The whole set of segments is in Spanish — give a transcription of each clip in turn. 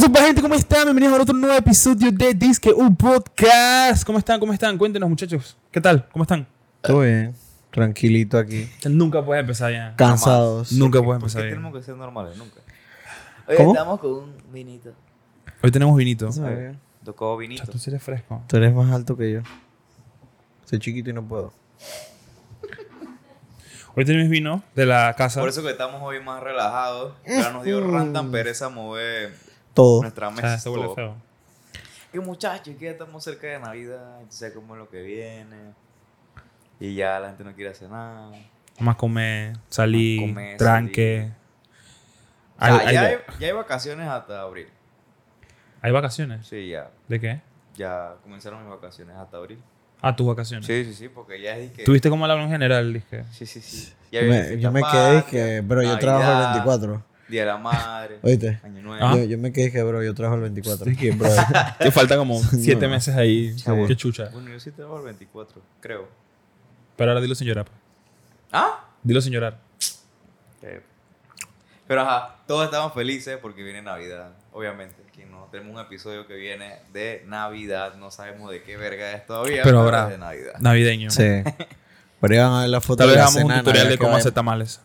Super gente, ¿cómo están? Bienvenidos a otro nuevo episodio de Disque U Podcast. ¿Cómo están? ¿Cómo están? Cuéntenos, muchachos. ¿Qué tal? ¿Cómo están? Todo bien, tranquilito aquí. O sea, nunca puedes empezar ya. Cansados. Nunca puedes Porque empezar bien. tenemos que ser normales, nunca. Oye, ¿Cómo? estamos con un vinito. Hoy tenemos vinito. Está bien. Tocó vinito. Chato, sí eres fresco. Tú eres más alto que yo. Soy chiquito y no puedo. Hoy tenemos vino de la casa. Por eso que estamos hoy más relajados. Ya nos Mm. dio rantan pereza mover Todo. nuestra O sea, mesa. Ah, se vuelve todo. feo. Que muchachos, que ya estamos cerca de Navidad. Ya sé cómo es lo que viene. Y ya la gente no quiere hacer nada. Más comer, salir, Más comer, tranque. O sea, Hay, ya, hay- hay, ya hay vacaciones hasta abril. hay vacaciones? Sí, ya. ¿De qué? Ya comenzaron mis vacaciones hasta abril. Ah, tus vacaciones. Sí, sí, sí, porque ya es que. ¿Tuviste como hablaron en general? Dije. Sí, sí, sí. Ya Yo viene me, fiesta yo me quedé patria, que, bro, yo trabajo el Navidad, 24. Día de la madre. Oíste. Año nuevo. Ah. Yo, yo me quedé que, bro, yo trabajo el 24. Dije, bro, Te faltan como siete meses ahí. Chavo. Qué chucha. Bueno, yo sí trabajo el 24, creo. Pero ahora dilo sin llorar. pues. ¿Ah? Dilo sin llorar. Pero ajá, todos estamos felices porque viene Navidad, obviamente. Aquí no tenemos un episodio que viene de Navidad, no sabemos de qué verga es todavía, Pero habrá. es de Navidad. Navideño. Sí. Pero iban a ver la foto Tal de vez la hagamos un cena de tutorial Navidad de que cómo vayan- hacer tamales.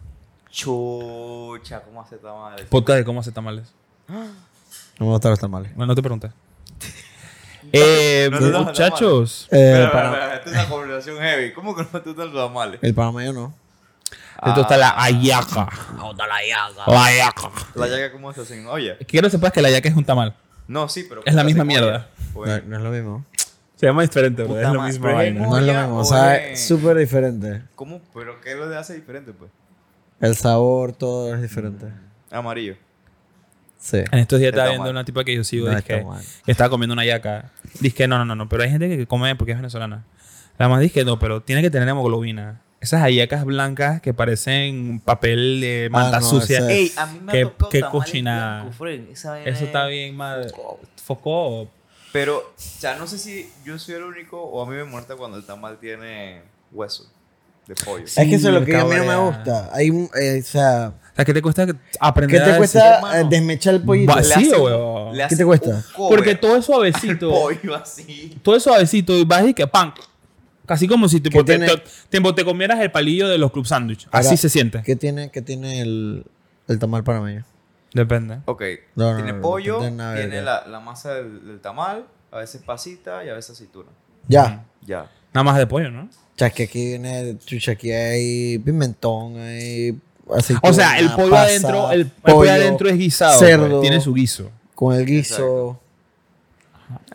Chucha, ¿cómo hace tamales? Podcast de cómo hacer tamales. No me gustan los tamales. Bueno, no te pregunté. Eh, No, no, no, muchachos. Eh, Espera, el espera, pana- espera, esta es una conversación heavy. ¿Cómo que no te gustan los tamales? Ah, el panameño no. Esto está la ayaca. La ayaca. La llaga, ¿cómo se hace en olla? Quiero que sepas pues, que la ayaca es un tamal. No, sí, pero. Es la ¿cómo misma se hace en olla? mierda. no. Bueno, No es lo mismo. Se llama diferente, Puta madre, pero es No es lo Olla mismo. o O sea, de- es súper diferente. ¿Cómo? ¿Pero qué lo hace diferente, pues? El sabor, todo es diferente. Mm. Amarillo. Sí. En estos días estaba Está viendo mal. una tipa que yo sigo, No, dice que está mal. estaba comiendo una yaca. Dice que no, no, no, no, pero hay gente que come porque es venezolana. La más dice que no, pero tiene que tener hemoglobina. Esas ayacas blancas que parecen papel de manta Ah, no, sucia. esa- Ey, a mí me Qué- ha tocado qué tamales cochinada. blancos, Fren, esa vaina Eso es- está bien mal. Focó. Pero, o sea, no sé si yo soy el único o a mí me muerta cuando el tamal tiene hueso de pollo. Sí, es que eso es lo me que a mí no me cabrea. gusta. Hay, un- eh, o sea, O sea, ¿qué te cuesta aprender ¿qué a te decir- cuesta hermano. eh, desmechar el pollito? Va- Le sí, hacen- huevón. le ¿Qué hacen te cuesta? un cover Porque todo es al suavecito. pollo así. Todo es suavecito y vas y que pan. Casi como si tipo, te, tiene- te- tipo, te comieras el palillo de los club sandwich. Ahora, Así se siente. ¿Qué tiene, qué tiene el, el tamal panameño? Depende. Ok, No, no, tiene no, no, pollo, no tiene nada que tiene ver. la, la masa del, del tamal, a veces pasita y a veces aceituna. Ya. Ya. Nada más de pollo, ¿no? O sea, que aquí viene, chucha, aquí hay pimentón, hay aceituna, O sea, el pollo pasa, adentro, el, el pollo, adentro es guisado. cerdo. pues, tiene su guiso. Con el guiso.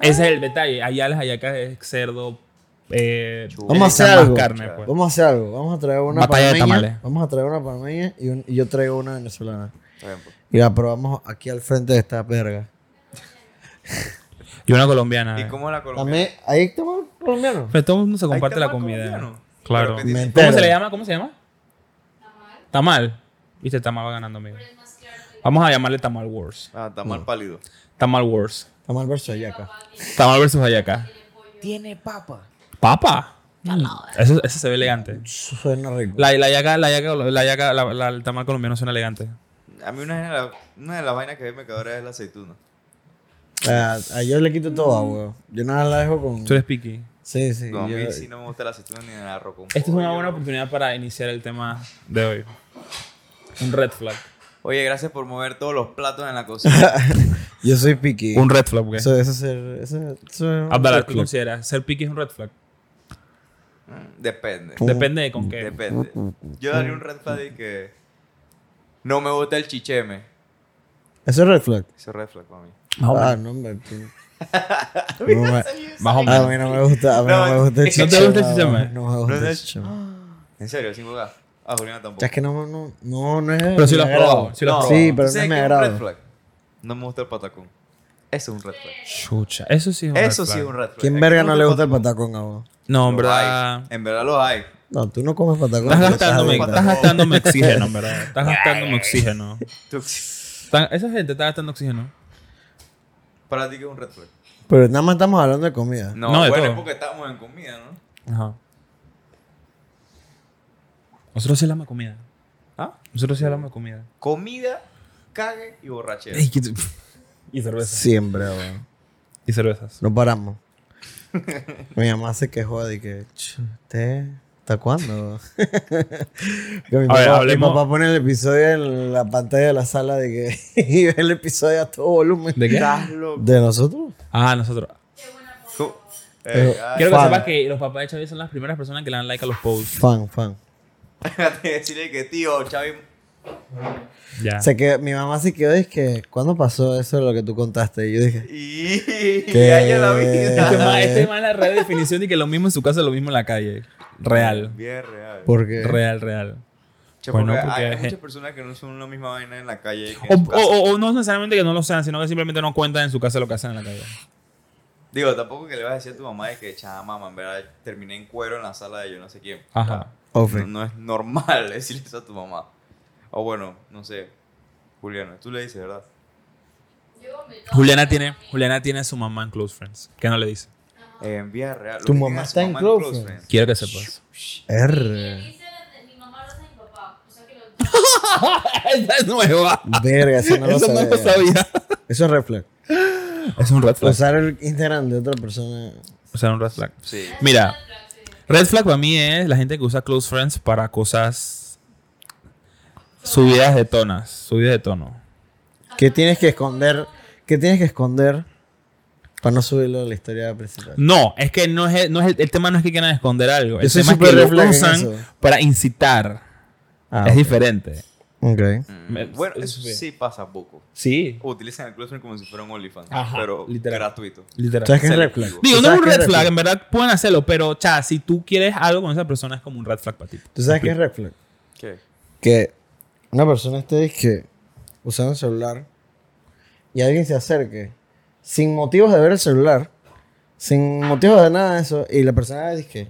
Ese es el detalle. Allá las hallacas es cerdo. Eh, Chulo. Vamos a le echan hacer más algo. carne, pues. Vamos a hacer algo. Vamos a traer una Batalla de panameña. tamales. Vamos a traer una panameña y, un- y yo traigo una venezolana. Por ejemplo. Y la probamos aquí al frente de esta verga. Y una colombiana. ¿Y eh. cómo la colombiana? También, ahí tamal colombiano. Pero todo el mundo se comparte Ahí la está mal comida. colombiano. Claro. Pero que Me tiene- ¿Cómo se entero. le llama? ¿Cómo se llama? Tamal. Tamal. Viste, Tamal va ganando, amigo. Vamos a llamarle Tamal Wars. Ah, tamal pálido. Tamal Wars. Tamal versus ayaca. Tamal versus Ayaca. Tiene papa. ¡Papa! Mm. Eso, eso se ve elegante. Eso Suena rico. La, la yaca, la yaca, la yaca, la- la- el tamal colombiano suena elegante. A mí una de, las- una de las vainas que me quedaría es la aceituna. Ah, ah, yo le quito toda, weón. Yo nada la dejo con. Tú eres picky. Sí, sí. No, a yo- mí sí no me gusta la aceituna ni el arroz con Esta es una pollo. buena oportunidad para iniciar el tema de hoy. Un red flag. Oye, gracias por mover todos los platos en la cocina. Yo soy piqui. Un red flag, ¿ok? Eso, eso es ser. Eso, es- eso es un Abdala, red ¿qué flag. consideras? ¿Ser picky es un red flag? Mm, Depende. Depende de con qué. Depende. Yo daría un red flag de que no me gusta el chicheme. Eso es red flag. Ese red flag para mí. Más o menos. Ah, no, hombre. tú- No me- Más o a menos. mí no me gusta. A mí no, No, me gusta el ¿no te chichema. gusta el chichema? weón. No me gusta eh. No el es- chichema. En serio, sin jugar. Ah, Juliana O sea, tampoco. es que no, no, no, no es. Pero sí lo has me agrada. probado, sí lo has No, probado. Sí, pero ¿Tú no sabes me qué es un red agrada. flag? No me gusta el patacón. Eso es un red flag. Chucha, eso sí es un Eso red sí es flag. un red flag. ¿Quién Aquí verga no le gusta el patacón? patacón a vos? No, en Los verdad. hay. En verdad los hay. No, tú no comes patacón. Estás pero gastándome, adicto. estás gastándome oxígeno, en verdad. Estás gastándome oxígeno. Tú- Están- esa gente está gastando oxígeno. Para ti, ¿qué es un red flag? Pero nada más estamos hablando de comida. No, No, de bueno, todo. es porque estamos en comida, ¿no? Ajá. Nosotros sí hablamos de comida. ¿Ah? Nosotros sí hablamos de comida. Comida, cague y borrachera. Ey, que- Y cervezas. Siempre, weón. Y cervezas. No paramos. mi mamá se quejó de que, "Ch, ¿usted hasta cuándo? que mi, A ver, papá, mi hablemos- papá pone el episodio en la pantalla de la sala de que y ve el episodio a todo volumen. ¿De qué? Estás loco. ¿De nosotros? Ah, nosotros. Co- Pero- Eh, ay, Quiero que Fan. sepas que los papás de Chavi son las primeras personas que le dan like a los posts. Fan, fan. déjate decirle que tío, Chavi. Ya. Se quedó- mi mamá se quedó y es que, ¿cuándo pasó eso de lo que tú contaste? Y yo dije, Y y ahí en la Este vida. ma- este es más la real definición de que lo mismo en su casa es lo mismo en la calle. Real. Bien real. ¿por qué? Real, real. Che, Bueno, porque porque hay, hay hay muchas gen- personas que no son la misma vaina en la calle. que O, en su casa. o- o- o no necesariamente que no lo sean, sino que simplemente no cuentan en su casa lo que hacen en la calle. Digo, tampoco que le vas a decir a tu mamá de que, chama, mamá, en verdad terminé en cuero en la sala de yo no sé quién. Ajá. Ofe. No, no es normal decirle eso a tu mamá. O bueno, no sé. Juliana, tú le dices, ¿verdad? Juliana tiene, Juliana tiene a su mamá en Close Friends. ¿Qué no le dice? En vía real. ¿Tu Lo que mamá tenga su está en Close Close Friends. Quiero que sepas. R. Esta es nueva. Verga, eso no lo Eso no sabía. lo sabía. Eso es red flag. Es un red flag. Usar el Instagram de otra persona. O sea, un red flag. Sí. Mira, red flag para mí es la gente que usa close friends para cosas subidas de tonas, subidas de tono. ¿Qué tienes que esconder? ¿Qué tienes que esconder para no subirlo a la historia principal? No, es que no es, no es el, el tema no es que quieran esconder algo, el Yo soy tema es Pues, súper que red flag lo en usan eso. para incitar. Ah, es ok. diferente. Ok. Mm, Me- Bueno, eso eso sí. sí pasa poco. Sí, Utilizan el Close Friends como si fuera un OnlyFans. Ajá, Pero literal. gratuito. literal. ¿Sabes qué es red Selectivo. flag? Digo, ¿Tú no es sabes un qué red flag, en verdad pueden hacerlo, pero cha, si tú quieres algo con esa persona es como un red flag para ti. ¿Tú sabes qué es red flag? ¿Qué? Que una persona esté que usando el celular y alguien se acerque sin motivos de ver el celular, sin motivos de nada de eso, y la persona dice que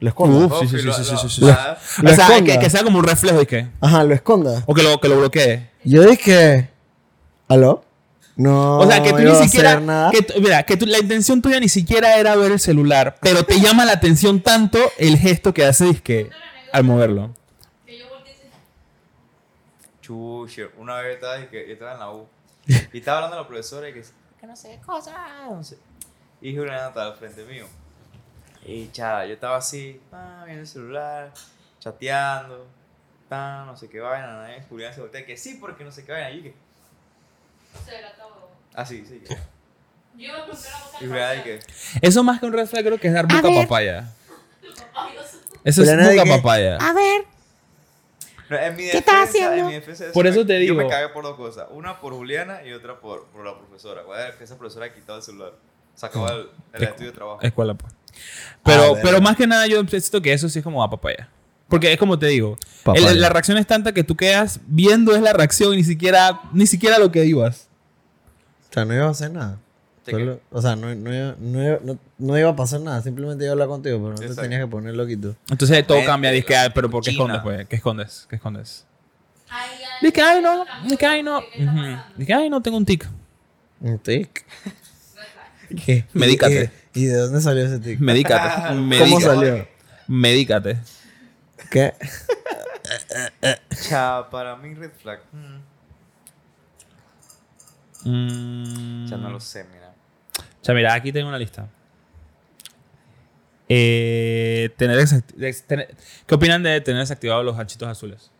lo esconda. Uf, sí, sí, sí, lo- sí, sí, lo- sí, sí. ah, Lo o sea, que, esconda. que sea como un reflejo y que Ajá, lo esconda. o que lo, que lo bloquee. Yo dije, ¿aló? No, O sea, que tú iba ni a siquiera. hacer nada. Que, tú- mira, que tú- la intención tuya ni siquiera era ver el celular, pero te llama la atención tanto el gesto que haces eh, que al moverlo. Chuche, una vez estaba, y que, yo estaba en la U y estaba hablando a la profesora y que, que no sé qué cosa, no sé. Y Juliana estaba al frente mío. Y chava, yo estaba así, ah, viendo el celular, chateando, tan, no sé qué vaina, nada, y Juliana se voltea y que sí, porque no sé qué vaina. Y yo que, ah, sí, sí. que- Y Juliana y que, Eso más que un red flag creo que es dar boca a papaya. Eso Pero es nadie boca que- papaya. no, en mi defensa, ¿Qué estás haciendo? En mi defensa de Por eso eso te me- Yo me digo. cagué por dos cosas, una por Juliana y otra por, por la profesora. Guarda, que esa profesora ha quitado el celular, Oh, sacaba el, el Te- estudio de trabajo. Escuela, pues. Pero, ver. pero más que nada yo siento que eso sí es como a papaya. Porque es como te digo, el- Papaya. la reacción es tanta que tú quedas viendo es la reacción y ni siquiera, ni siquiera lo que digas. O sea, no iba a hacer nada. ¿De Solo- o sea, no, no, iba, no, iba- no- no iba a pasar nada. Simplemente iba a hablar contigo, pero no Exacto. te tenías que poner loquito. Entonces todo Vente, cambia, dice, ah, pero ¿por qué China. escondes? Pues? ¿Qué escondes? ¿Qué escondes? Dice que, ay, no, dice que, ay, no. Ujú. Dice que, ay, no, tengo un tic. Un tic. ¿Qué? Medícate. ¿Y, y de dónde salió ese tic? Medícate. ¿Cómo medícate. salió? Medícate. ¿Qué? Cha, para mí red flag. mm, Mm. Ya no lo sé, mira. O sea, Mm, mira, aquí tengo una lista. Eh, tener desact- des- tener- ¿Qué opinan de tener desactivados los hachitos azules?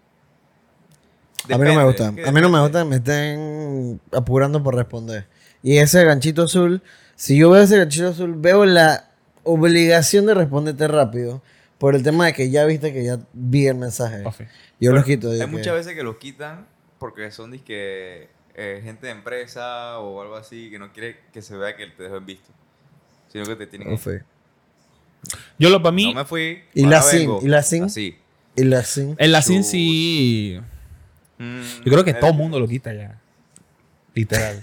a mí no Depende, me gusta. es que A mí no me depende. gusta que me estén apurando por responder. Y ese ganchito azul, si yo veo ese ganchito azul, veo la obligación de responderte rápido. Por el tema de que ya viste que ya vi el mensaje. Ofi. Yo los quito. Hay dije, muchas veces que los quitan porque son disque, eh, gente de empresa o algo así que no quiere que se vea que te dejó en visto. Sino que te tienen. no fue. Yo lo para mí, No me fui. ¿Y ahora la sin? vengo. ¿Y la sin? Así. Y la sin. el lacín Chus. sí. Mm, Yo creo que eh, todo el mundo lo quita ya. Literal.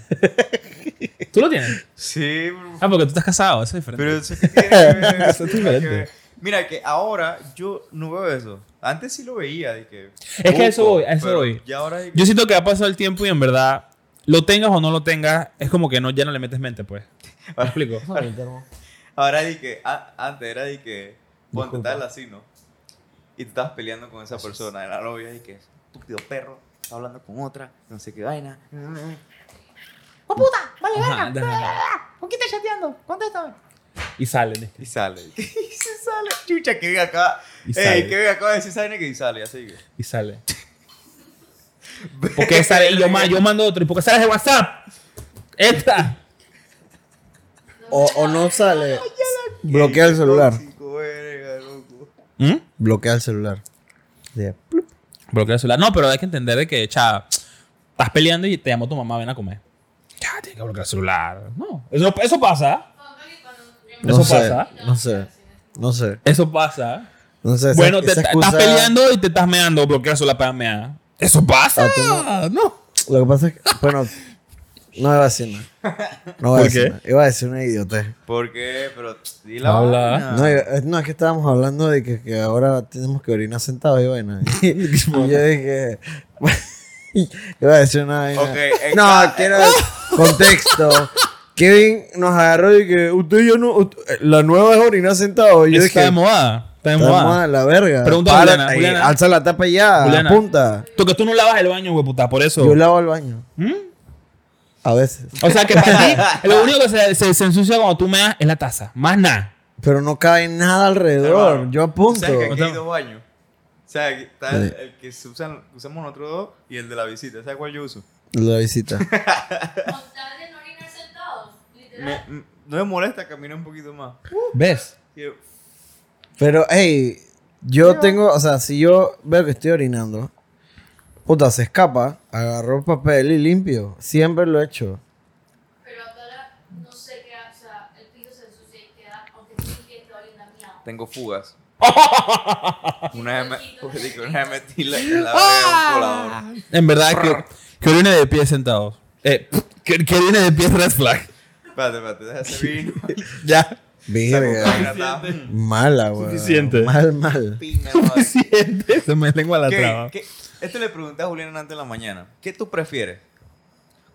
¿Tú lo tienes? Sí, Ah, porque tú estás casado, eso es diferente. pero eso que tiene que ver, Eso es tiene que diferente. ver. Mira, que ahora yo no veo eso. Antes sí lo veía. Dije, que a eso voy, a eso pero voy. ya ahora dije, Yo siento que ha pasado el tiempo y en verdad, lo tengas o no lo tengas, es como que no, ya no le metes mente, pues. ¿Me explico? Ahora dije, a- antes era dije, ponte Disculpa. tal así, ¿no? Y tú estabas peleando con esa persona, era novia, y que, estúpido perro, está hablando con otra, no sé qué vaina. ¡Oh, puta! ¡Vale, Ajá, verga! Ah, ¿Por qué estás chateando? Contéstame. Y salen. dizque. Y sale. Y se sale. Chucha, que venga acá. Y Ey, sale. que venga acá de decir sale que y sale, así que. Y sale. ¿Por qué sale? Y Yo, ma- yo mando otro. ¿Y por qué sales de WhatsApp? ¡Esta! O, o no sale. Bloquea el Qué celular. tóxico, verga, loco. ¿Mm? Bloquea el celular. Ya. Bloquea el celular. No, pero hay que entender de que, cha, estás peleando y te llamó tu mamá, ven a comer. Ya, tienes que bloquear el celular. No. Eso, eso pasa. No Eso sé, pasa. no sé. No sé. Eso pasa. No sé. esa- bueno, te esa ta- excusa- estás peleando y te estás meando. Bloquea el celular para mear. Eso Ah, pasa. No. Lo que pasa es que. Bueno, no iba a decir nada. No iba a ¿Por decir qué? nada. Iba a decir una idiotez. ¿Por qué? Pero di la Habla. vaina. No, yo- eh, no, es que estábamos hablando de que, que ahora tenemos que orinar sentados y vaina. Y yo dije. iba a decir una vaina. Ok, en no, ca- eh, quiero. contexto. Kevin nos agarró y que usted y yo no. ut- eh, la nueva es orinar sentado. Y yo Eso está dije. de moda. Está de "Está moda. mal, la verga. Pregunta a Párate Juliana, ahí, Juliana. Alza la tapa ya, Juliana. apunta. Tú que tú no lavas el baño, güey, puta, por eso. Yo lavo el baño. ¿Mm? A veces. O sea, que para ti, lo único que se, se, se ensucia cuando tú meas es la taza. Más nada. Pero no cae nada alrededor. Hermano, Yo apunto. ¿Sabes que aquí hay Otra- dos baños? O sea, aquí está el, Sí. el que se usan- usamos nosotros dos y el de la visita. ¿Sabes cuál yo uso? La visita. Contar de no orinar sentados, Me- literal. m- no me molesta caminar un poquito más. ¿Ves? Y- Pero, hey, yo tengo, o sea, si yo veo que estoy orinando, puta, se escapa, agarro papel y limpio. Siempre lo he hecho. Pero ahora no sé qué, o sea, el piso se ensucia y queda, aunque sí que está orinando miau. Tengo fugas. una vez me, pues, digo, una vez metí la, la verga a un colador. En verdad, que, que orine de pie sentados. Eh, que, que orine de pie red flag. Espérate, espérate, déjame servir. Ya. Verga. Mala, güey. Suficiente. Mal, mal. Pina, madre. Suficiente. Se me lengua la ¿Qué, traba. qué- esto le pregunté a Julián antes de la mañana. ¿Qué tú prefieres?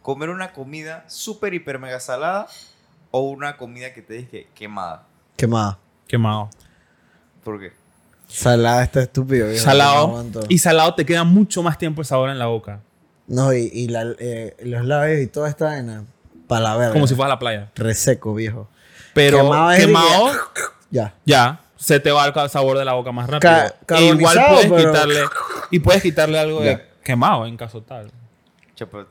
¿Comer una comida súper, hiper, mega salada o una comida que te dije quemada? ¿Qué más? Quemado. ¿Por qué? Salada está estúpido. viejo, No, Salado. aguanto. y salado te queda mucho más tiempo el sabor en la boca. No, y, y la- eh, los labios y toda esta vaina. Para la verga. Como si fuera a la playa. Reseco, viejo. Pero Quemado quemado, es Ya. ya. Se te va el sabor de la boca más rápido. Ca- E igual carbonizado, puedes pero- quitarle. Y puedes quitarle algo de Ya. quemado en caso tal. Chapa,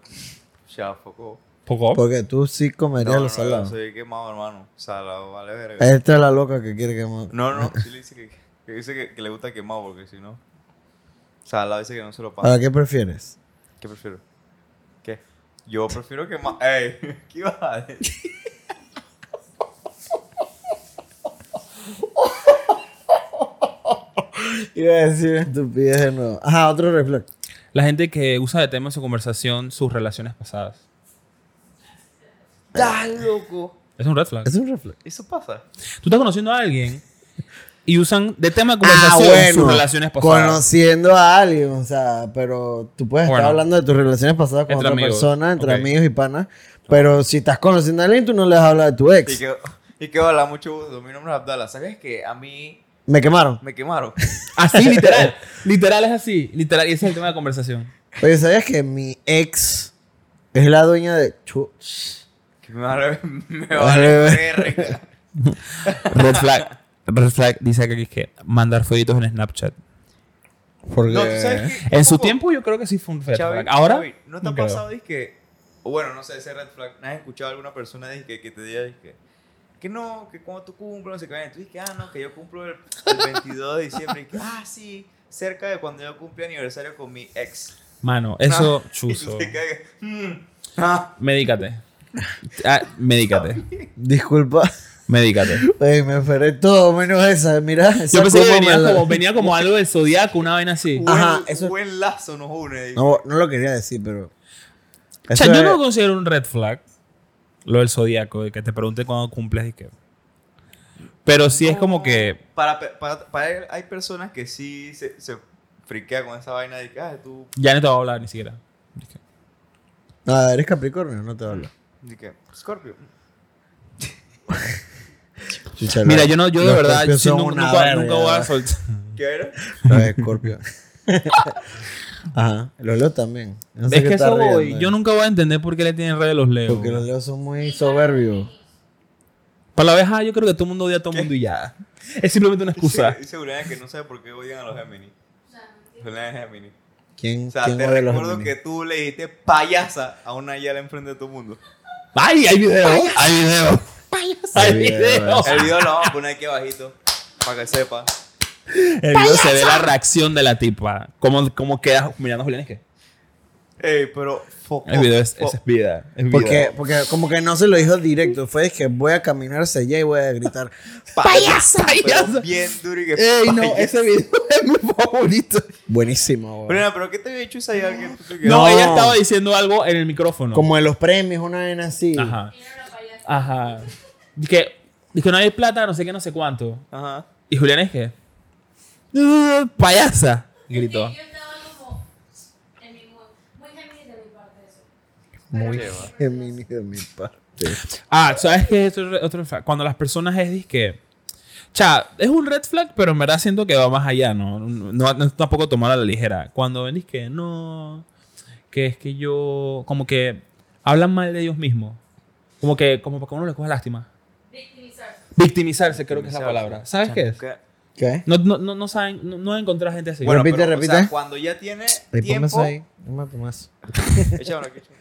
ya, foco. Poco. Porque tú sí comerías No, lo no, salado. Eh, no, soy quemado, hermano. Salado, vale verga. Esta es la loca que quiere quemar. No, no, sí le dice que, que dice que, que le gusta quemado porque si no. Salado dice que no se lo pasa. Ahora, ¿qué prefieres? ¿Qué prefiero? ¿Qué? Yo prefiero quemado. ¡Ey! ¿Qué ibas a decir? Iba a decir estupidez de nuevo. Ajá, otro reflex. La gente que usa de tema en su conversación sus relaciones pasadas. ¡Estás loco! Es un red flag. Es un reflex. Eso pasa. Tú estás conociendo a alguien y usan de tema de conversación sus relaciones pasadas. Ah, Conociendo a alguien, o sea, pero tú puedes Bueno. estar hablando de tus relaciones pasadas con Entre otra amigos, persona, entre ok. amigos y panas, pero si estás conociendo a alguien, tú no le hablas de tu Y ex. que, y que hola, mucho gusto. Mi nombre es Abdala. ¿Sabías que a mí Me quemaron. me quemaron? Así, literal. literal es así. Literal. Y ese es el tema de conversación. Oye, ¿sabías que mi ex es la dueña de... Chu- Que me vale, me Vale, vale verga. Red flag. Red flag dice que es que mandar fueguitos en Snapchat. Porque... No, ¿tú sabes qué? En su Ojo, tiempo yo creo que sí fue un red Chavi, flag. Ahora. Chavi, ¿no te ha creo. pasado que bueno, no sé, ese red flag, ¿no has escuchado a alguna persona dizque, que te diga dizque, que no, que cuando tú cumples, no sé qué, vaina? tú dices, ah, no, que yo cumplo el, el 22 de diciembre, y que, ah, sí, cerca de cuando yo cumplí aniversario con mi ex. Mano, eso Ah, Y chuzo. tú te cagas, mm, ah, Medícate. Ah, medícate. Disculpa. Medícate. Ey, me enferré todo menos esa, mira. esa Yo pensé que curva me venía la- como, venía como algo del zodiaco, una vaina así. buen, Ajá, eso- buen lazo nos une. dizque. No, no lo quería decir, pero... O sea, Eso yo es- no lo considero un red flag. Lo del zodiaco, de que te pregunte cuándo cumples y que. Pero sí es como que. Para, pe- para, para él, hay personas que sí se, se friquea con esa vaina de que, ah, tú, Ya no te va a hablar ni siquiera. Ah, eres Capricornio, no te hablo. de que, Scorpio. Chicha, Mira, la- yo no, yo de los verdad, Scorpios sí, son nu- una nunca, verga. nunca voy a soltar. ¿Qué era? Los Scorpios. Ajá. Los leos también. No sé es qué que está eso voy. riendo. Yo nunca voy a entender por qué le tienen rabia a los leos. Porque los leos son muy soberbios. Para la abeja, yo creo que todo el mundo odia a todo el mundo y ya. Es simplemente una excusa. Dice Juliana que no sabe por qué odian a los Géminis. O sea, no entiendo. Juliana es Géminis. ¿Quién, O sea, quién te odia los recuerdo Géminis? que tú le dijiste payasa a una Yala enfrente de todo el mundo. ¡Ay! Hay video. Hay video. Hay Hay video, video. El video lo vamos a poner aquí abajito para que sepa. El video se ve la reacción de la tipa. Cómo, cómo queda mirando a Julián. Es que Ey, pero foco. el video es, fo- esa es vida. Es vida. Porque, porque como que no se lo dijo directo. Fue es que voy a caminar hacia allá y voy a gritar. ¡Payasa! pero ¡Payasa! bien duro y que ¡Ey, no! payasa. Ese video es mi favorito. Buenísimo, güey. Juliana, pero ¿qué te había hecho esa Yala que tú te No, No. ella estaba diciendo algo en el micrófono. Como de los premios, una vez así. Ajá. Era una payasa. Ajá. Dice que, dice que no hay plata, no sé qué, no sé cuánto. Ajá. Y Julián es que. "Ah, ¡Payasa! Gritó. Sí, Yo estaba como en mi mood. Muy Géminis de mi parte eso. Muy Sí, va. Gemini de mi parte. Ah, ¿sabes qué es otro, otro red flag? Cuando las personas es disque. Cha, es un red flag, pero en verdad siento que va más allá, ¿no? No, no- tampoco tomarlo a la ligera. Cuando ven que no. Que es que yo. Como que hablan mal de ellos mismos. Como que, como para que uno le coja lástima. Victimizarse. Victimizarse, creo que es la palabra. ¿Sabes qué es? ¿Qué? ¿Qué? No, no, no, no saben, no, no encontrar gente así. Bueno, Repite, pero, O sea, repite. cuando ya tienes Ahí ponme eso tiempo. ahí. Tómate más. Échamelo aquí, échamelo.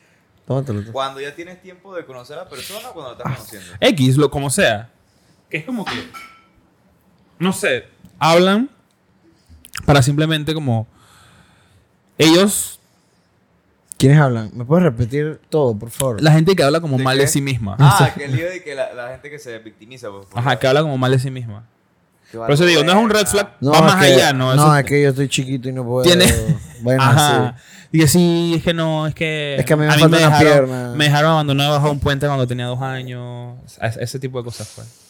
Tómatelo tú. Cuando ya tienes tiempo de conocer a la persona, cuando la estás Ah. conociendo. X, lo como sea. Que es como que. No sé. Hablan para simplemente como. Ellos. ¿Quiénes hablan? ¿Me puedes repetir todo, por favor? La gente que habla como ¿De mal de qué? sí misma. Ah, que el lío de que la, la gente que se victimiza. Pues, por- Ajá, que habla como mal de sí misma. que va Por eso a digo, no es un red buena. flag. va más es que- allá, ¿no? Eso- es que yo estoy chiquito y no puedo. Tiene- Bueno, Ajá. sí. Y que sí, es que no, es que. Es que a mí me faltan las dejaron, piernas. Me dejaron abandonado bajo un puente cuando tenía dos años. Es- ese tipo de cosas pues. fue.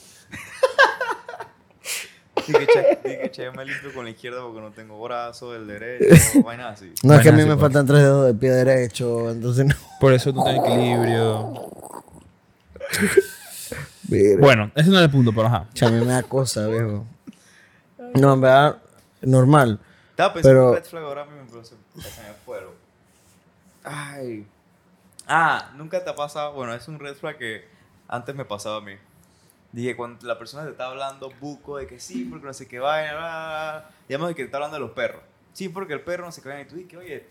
Di que che, di que che, yo me limpio con la izquierda porque no tengo brazo, el derecho, vainas así. No, es que a mí Buenas, me sí, pues. faltan tres dedos de pie derecho, entonces no. Por eso tú tienes equilibrio. Mira. Bueno, ese no es el punto, pero ajá. Chá, A mí me da cosa, viejo. No, en verdad, normal. Estaba pensando Pero- en red flag ahora mismo, pero se, se me fueron. Ay. Ah, nunca te ha pasado. Bueno, es un red flag que antes me pasaba a mí. Dije, cuando la persona te está hablando buco de que sí, porque no sé qué vaina, bla, bla, bla. digamos de que te está hablando de los perros. Sí, porque el perro no sé qué vaina. Y tú dices, oye,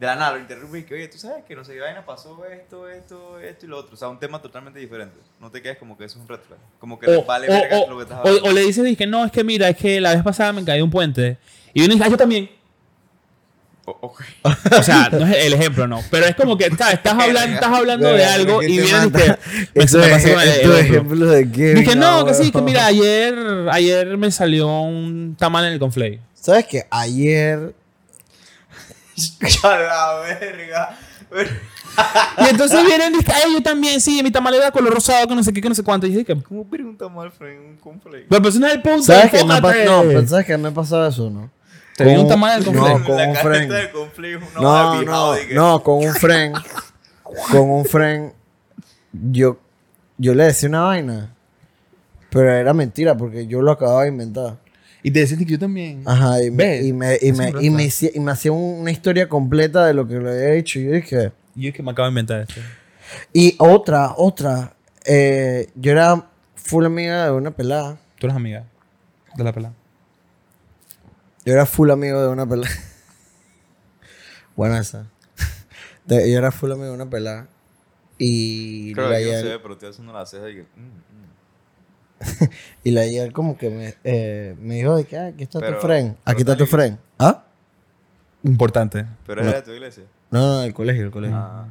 de la nada lo interrumpes y que, oye, tú sabes que no sé qué vaina pasó esto, esto, esto y lo otro. O sea, un tema totalmente diferente. No te quedes como que eso es un red flag. Como que O, te vale o- verga o- lo que estás o- hablando. o le dices, dije, no, es que mira, es que la vez pasada me caí de un puente. Y uno dice, ah, yo también. O- ok. O sea, no es el ejemplo, no. Pero es como que ¿sabes? estás hablando, estás hablando de Verga, algo ¿qué y te viene y manda? te. Me, Esto me es- pasó con el- el esto es otro. ejemplo de qué. Dije, no, que sí, que huevón. mira, ayer, ayer me salió un tamal en el conflay. ¿Sabes qué? Ayer. A la verga. Y entonces vienen y dicen, ay, yo también, sí, mi tamal era color rosado, que no sé qué, que no sé cuánto. Y dije, que. ¿Cómo preguntamos al Fred un conflicto? Pero pues no es el punto. ¿Sabes qué? Me ha enfócate. pas- no, pues, pero ¿sabes qué? Me ha pasado eso, ¿no? Te vi un Con- tamal en el conflay. No, con la un careta friend. del conflicto, una hoja No, de pijao, no, dije. no, con un friend. con un friend. Yo, yo le decía una vaina. Pero era mentira porque yo lo acababa de inventar. Y te decís que yo también. Ajá, y me, Ve, y me, y es me, un y me rato. hici- y me hacía un- una historia completa de lo que le había hecho. Y yo dije. Y yo es que me acabo de inventar esto. Y otra, otra. eh, yo era full amiga de una pelada. Tú eres amiga de la pelada. Yo era full amigo de una pelada. Buena esa. De- yo era full amigo de una pelada. Y Creo la que no se Yael- ve, pero te haciendo la ceja y que. mm, mm. Y la ayer como que me, eh, me dijo de que ah, aquí está Pero- tu friend. pero Aquí está dale. tu friend. ¿Ah? Importante. Pero era de tu iglesia. No, no, el colegio, el colegio. Ah.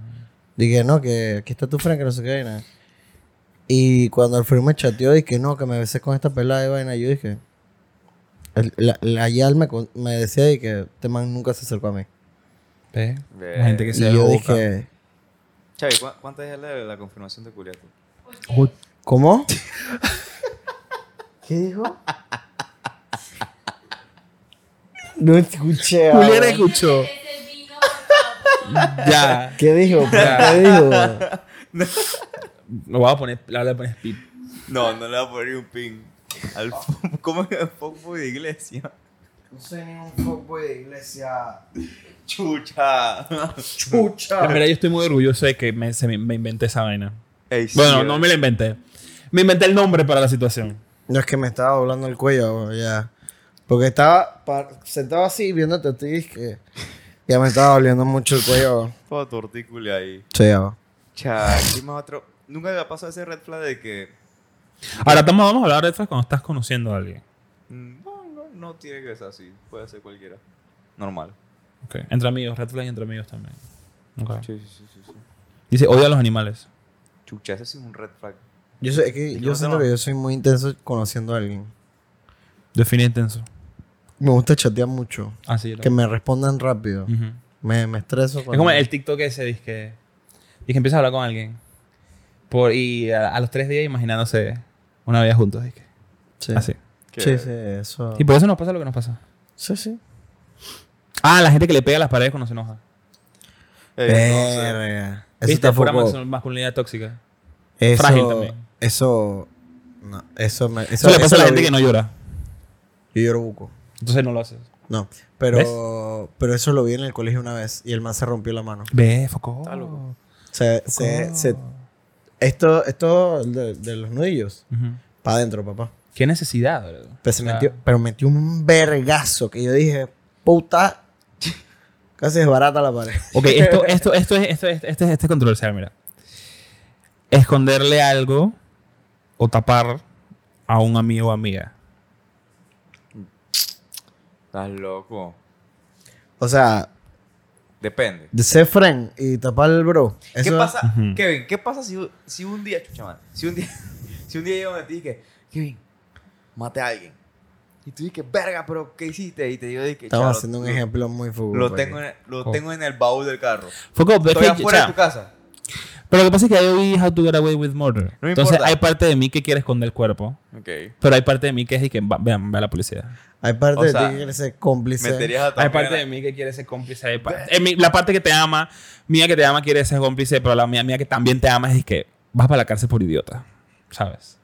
Dije, no, que aquí está tu friend, que no sé qué vaina. Y cuando el friend me chateó, dije, no, que me besé con esta pelada de vaina. Yo dije, el- la, la Yael me, con- me decía de que este man nunca se acercó a mí. ¿Ves? Ve. La gente que Y se yo boca. dije, Chavi, ¿cu- ¿cuántas es la, la confirmación de Culiato? Porque ¿cómo? ¿Qué dijo? No escuché. Julián ahora. escuchó. ese vino, por favor. Ya. ¿Qué dijo? ¿Qué dijo? Lo voy a poner, la voy a poner speed. No, no le voy a poner un pin. Al fo- ¿Cómo es el fuckboy de iglesia? No soy ningún fuckboy de iglesia. Chucha. En Chucha. verdad, yo estoy muy orgulloso de que me, se me- me inventé esa vaina. Ey, sí, Bueno, eh. no me la inventé. Me inventé el nombre para la situación. No es que me estaba doblando el cuello, bro, ya. Porque estaba pa- sentado así viéndote a ti y que ya me estaba doliendo mucho el cuello. bro. Toda tu tortícula ahí. Sí, ya. bro. Cha, ¿qué más otro? Nunca me pasó ese red flag de que. Ahora estamos, vamos a hablar de esto cuando estás conociendo a alguien. mm, No, no, no tiene que ser así. Puede ser cualquiera. Normal. Ok. Entre amigos, red flag entre amigos también. Ok. Sí, sí, sí, sí, sí. Dice, odio a los animales. Chucha, ese sí es un red flag. Yo, sé, es que, ¿Y yo los siento demás? que yo soy muy intenso conociendo a alguien. Define intenso. Me gusta chatear mucho. Ah, sí, yo Que también. me respondan rápido. Ujú. Me, me estreso. Mm. Es como el TikTok ese, dice que, dice que empieza a hablar con alguien. Por, y a, a los tres días imaginándose una vida juntos. Dice. Sí. Así. Que- Sí, sí, eso. Y por eso nos pasa lo que nos pasa. Sí, sí. Ah, la gente que le pega a las paredes cuando se enoja. Ey, Eh, no sé. Verga. Eso ¿Viste? Pura tampoco- mas- masculinidad tóxica. eso, frágil también. Eso. No, eso me. Eso, Eso, le pasa a la lo gente vi. que no llora. Yo lloro buco. Entonces no lo haces. No. Pero, pero eso lo vi en el colegio una vez y el man se rompió la mano. Ve, foco. Está loco. Se, se, se- esto, esto de, de los nudillos. Para adentro, papá. Qué necesidad, bro. Pero, se O sea, metió, pero metió un vergazo que yo dije, puta. Casi desbarata la pared. Ok, esto, esto, esto es, esto es, este, este es controversial, mira. Esconderle algo o tapar a un amigo o amiga. Estás loco. O sea, Depende. de ser friend y tapar el bro. ¿Qué eso- pasa, Ujú. Kevin? ¿Qué pasa si, si un día, chucha madre, si un día, si un día yo me ti y que, Kevin, mate a alguien? Y tú dices, verga, pero ¿qué hiciste? Y te digo, dije, Estamos "Chao, haciendo un lo- ejemplo muy fútbol. Lo tengo, en, lo Oh. tengo en el baúl del carro. Foco, es Estoy que- afuera o sea, de tu casa. Pero lo que pasa es que yo vi How to Get Away with Murder. No me Entonces importa. hay parte de mí que quiere esconder el cuerpo, Ok. pero hay parte de mí que es de que va- vean, ve a la policía. Hay parte O de sea, ti que quiere ser cómplice. Meterías a tu Hay amiga parte de en mí que quiere ser cómplice. hay pa- eh, mi- la parte que te ama, mía que te ama quiere ser cómplice, pero la mía, mía que también te ama es que vas para la cárcel por idiota, ¿sabes?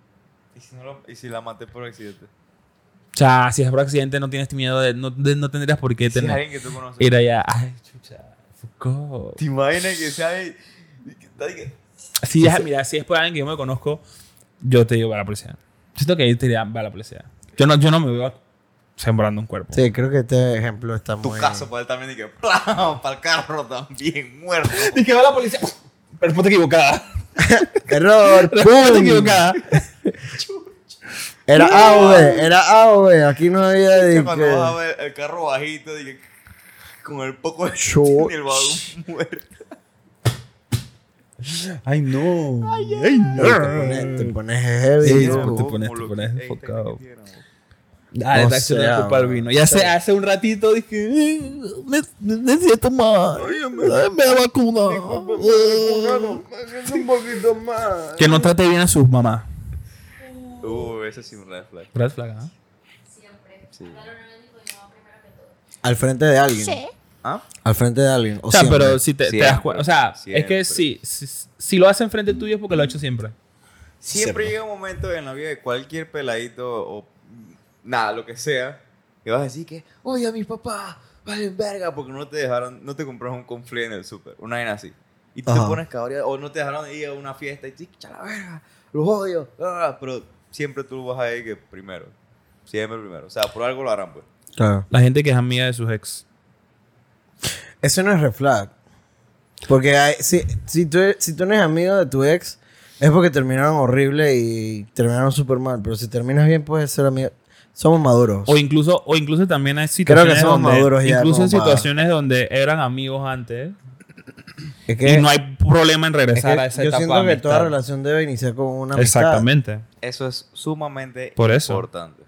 la- ¿Y si, no lo- y si la maté por accidente? O sea, si es por accidente no tienes miedo de, no, de- no tendrías por qué Si es tener, alguien que tú conoces. ir allá. Ay, chucha, Foucault. ¿Te imaginas que sea ahí? que está ahí que- Si es, mira, si es por alguien que yo me conozco, yo te digo va a la policía. Siento que ahí te diría va a la policía. Yo no, yo no me veo sembrando un cuerpo. Sí, creo que este ejemplo está Tu muy... caso para él también y que para el carro también muerto. Y que va la policía. Respuesta equivocada. ¡Error! Respuesta ¡Pum! equivocada. Era A o B, era A o B. Aquí no había de cuando vas a que... ver el carro bajito dije, con el poco de Chu- en el baúl muerto. Ay, no. Ay, Te pones, te pones heavy. Sí, tú. no, te pones- Como te lo- pones Ey, te- enfocado. ¿qué tiene, amor? Dale, No te accioné Ah, sea, la culpa al man. vino. Ya hace, hace un ratito dije, "Eh, me, me necesito más. Ay, me da vacuna. un poquito más. Eh. Que no trate bien a sus mamás. Uh, eso sí un red flag. Red flag, ¿ah? Siempre. Dar un anónimo y no primero que todo. Al frente de alguien. ¿eh? ¿Ah, Al frente de alguien. O, O sea, siempre. pero si te, te das Siempre. cuenta. O sea, es que Siempre. si, si, si lo hace enfrente tuyo es porque lo ha hecho siempre. Siempre Siempre. llega un momento en la vida de cualquier peladito o nada, lo que sea, que vas a decir que, oye, a mis papás, valen verga, porque no te dejaron, no te compraron un conflé en el súper, una vaina así. Y tú te Ajá. pones cabreado, o no te dejaron ir a una fiesta y tú dices, "Cha la verga, los odio, ah", pero siempre tú vas a ir que primero, siempre primero. O sea, por algo lo harán, pues. Claro. La gente que es amiga de sus ex. Eso no es red flag. Porque hay- si, si, tú, e, si tú no eres amigo de tu ex, es porque terminaron horrible y terminaron súper mal. Pero si terminas bien, puedes ser amigo. Somos maduros. O incluso, o incluso también hay que situaciones somos donde, maduros ya, incluso en como para- situaciones donde eran amigos antes es que, y no hay problema en es que regresar a esa yo etapa. siento que de toda amistad. relación debe iniciar con una amistad. Exactamente. Eso es sumamente Por eso. importante. No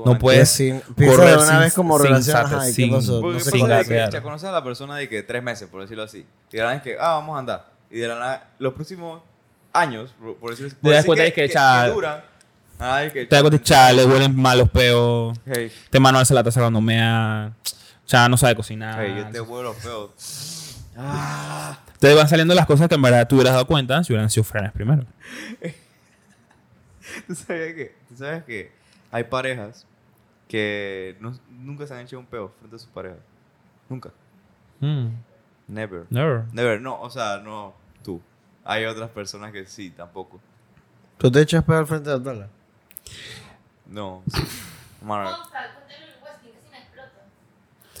Sumamente Pues, puedes sin, piensa correr de una sin- vez como sin relación. sate- ajá, ¿y sin- ¿Qué pasó? No Porque sé sin cómo- pasa de gatear. que ya conoces a la persona de que tres meses, por decirlo así. Y de la nada es que, ah, vamos a andar. Y de la nada, los próximos años, por, por decirlo así. por das decir cuenta de que, cha- duran. Ah, es que, Te das cuenta, cha, le huelen mal los peos. Hey, Este mano alza la taza cuando mea. Ya no sabe cocinar. hey, yo te vuelo feo. Ah, Te van saliendo las cosas que en verdad te hubieras dado cuenta si hubieran sido frenes primero. ¿tú, sabes que, tú sabes que hay parejas que no- nunca se han hecho un peo frente a su pareja. Nunca. Mm, Hmm, Never. never. Never. No, o sea, no tú. Hay otras personas que sí, tampoco. ¿Tú te echas pedo al frente de Natalia? No. sí. Mara- Consta, cuéntale el Westing, casi me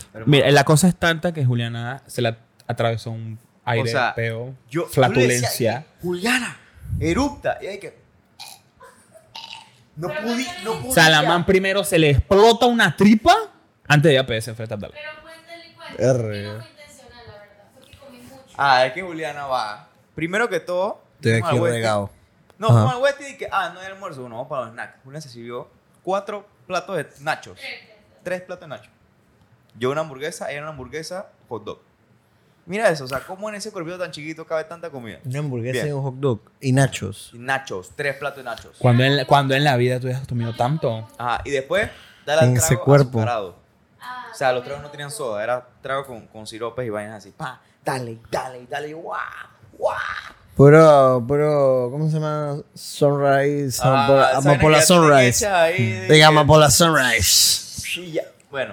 explota. Mira, la cosa es tanta que Juliana se la atravesó un aire sea, peo, yo- yo le flatulencia. decía, Juliana, erupta. Y hay que. No Pero pudi, cuéntale- no pudi. o sea, la man primero se le explota una tripa antes de ir a pedirse en frente a Natalia. Pero cuéntale el Erre. Que no fue intencional, la verdad. Fue que comí mucho. Ah, es que Juliana va. Primero que todo. Estoy fuimos aquí al Westin. regado. No, Ajá. fuimos al Westin y que, ah, no hay almuerzo. Bueno, vamos para los snacks. Juliana se sirvió cuatro platos de nachos. Tres platos de nachos. Yo una hamburguesa, ella una hamburguesa, hot dog. Mira eso, o sea, ¿cómo en ese cuerpito tan chiquito cabe tanta comida? Una hamburguesa Bien. y un hot dog. Y nachos. Y nachos, tres platos de nachos. Cuando en, cuando en la vida tú has comido tanto. Ajá, y después, dale al En trago ese cuerpo. azucarado. Ah, O sea, los tragos no tenían soda, era trago con, con siropes y vainas así. Pa, Ah, dale, dale, dale, guau, guau. Puro, puro, ¿cómo se llama? Sunrise. amapola- Ah, esa vaina amapola que ya tú te Sunrise. echas ahí, De que- Amapola Sunrise. y ya. Bueno,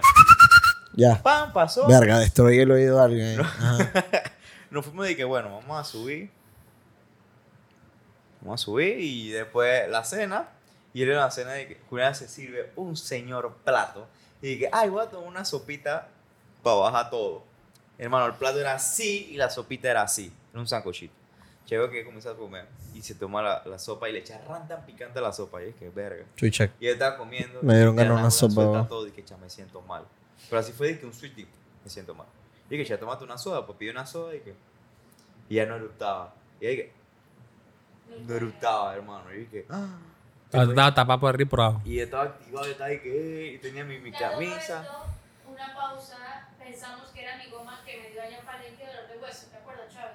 Ya. pan pasó. Verga, destruí el oído a alguien. Ajá. Nos fuimos y que bueno, vamos a subir. Vamos a subir y después la cena. Y era la cena de que Juliana se sirve un señor plato. Y dije, ay, voy a tomar una sopita para bajar todo. Hermano, el plato era así y la sopita era así. Era un sancochito. Llegó que comienza a comer y se toma la, la sopa y le echa rantan picante a la sopa. Y es que verga. Chucha. Y él estaba comiendo. Me dieron y de ganas la de una nada sopa, suelta va. todo y que "Cha, me siento mal. Pero así fue de que un switch dije, me siento mal. Y que ya tomate una soda, pues pidió una soda y que. Y ya no eructaba. Y ahí que. No eructaba, hermano. Y que. "Ah". Estaba tapado por arriba y por abajo. Y yo estaba activado, yo estaba ahí que. "Eh", Y tenía mi, mi Ya luego de camisa. esto, Una pausa, pensamos que era mi goma que me dio allá en Palenque dolor de hueso, ¿te acuerdas, Chavi?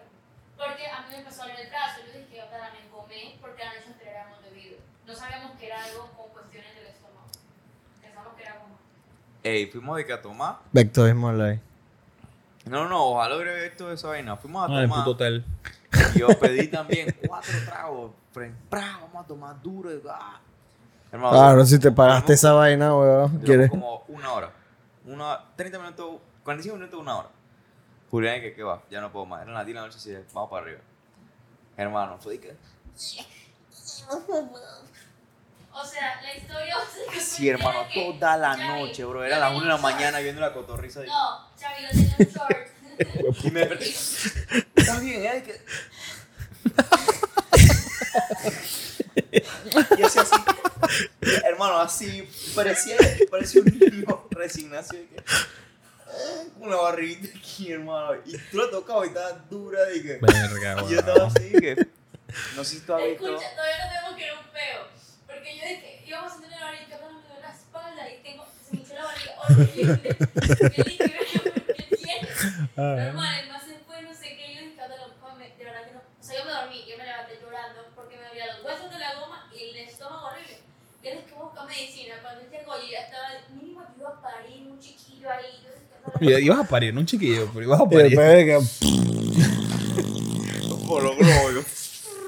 Porque a mí me empezó a doler el brazo, yo dije, ojalá me engomé porque la noche anterior habíamos bebido. No sabíamos que era algo con cuestiones del estómago. Pensamos que era goma. Ey, fuimos de que a tomar. Vectorismo live. No, no, ojalá hubiera visto esa vaina. Fuimos a Ah, No, Ah, en el puto tomar. hotel. Y yo pedí también cuatro tragos. Fren, pra, vamos a tomar duro. Y, ah. Hermano, Claro, si te pagaste duramos- esa vaina, weón. Duramos ¿Quieres? como una hora. Una, 30 minutos, 45 minutos, una hora. Julián, que qué va, ya no puedo más. Eran las 10 de la noche, así de, vamos para arriba. Hermano, fue de que. O sea, la historia... Sí, hermano, toda la noche, bro. Era las 1 de la mañana viendo la cotorriza. Y, No, Chavi, yo tenía un short. y me desperté. Está bien, ¿eh? Que... Y así, así. Hermano, así. Parecía, parecía un niño recién nacido. y que, eh, con Una barriguita aquí, hermano. Y tú la tocabas y estaba dura. de que... Verga, Y yo weón. estaba así que. No sé si tú has visto. Escucha, todavía no tengo que era un peo. Porque yo dije, íbamos a tener ahora y yo me duele la espalda y tengo, se me hinchó la barriga horrible. Yo dije, "Pero, ¿qué tienes? Normal, el más se fue, no sé qué. Yo dije, "Ahora lo puedo me- de verdad que no. O sea, yo me dormí, yo me levanté llorando porque me dolían los huesos de la goma y el estómago horrible. Yo dije, busca medicina. Cuando llegó, yo ya estaba, mínimo, yo iba a parir un chiquillo ahí. Yo dije, "Ahora lo Y- Ibas a parir, no un chiquillo, pero ibas a Y después parir. de que, Por lo globo. pff,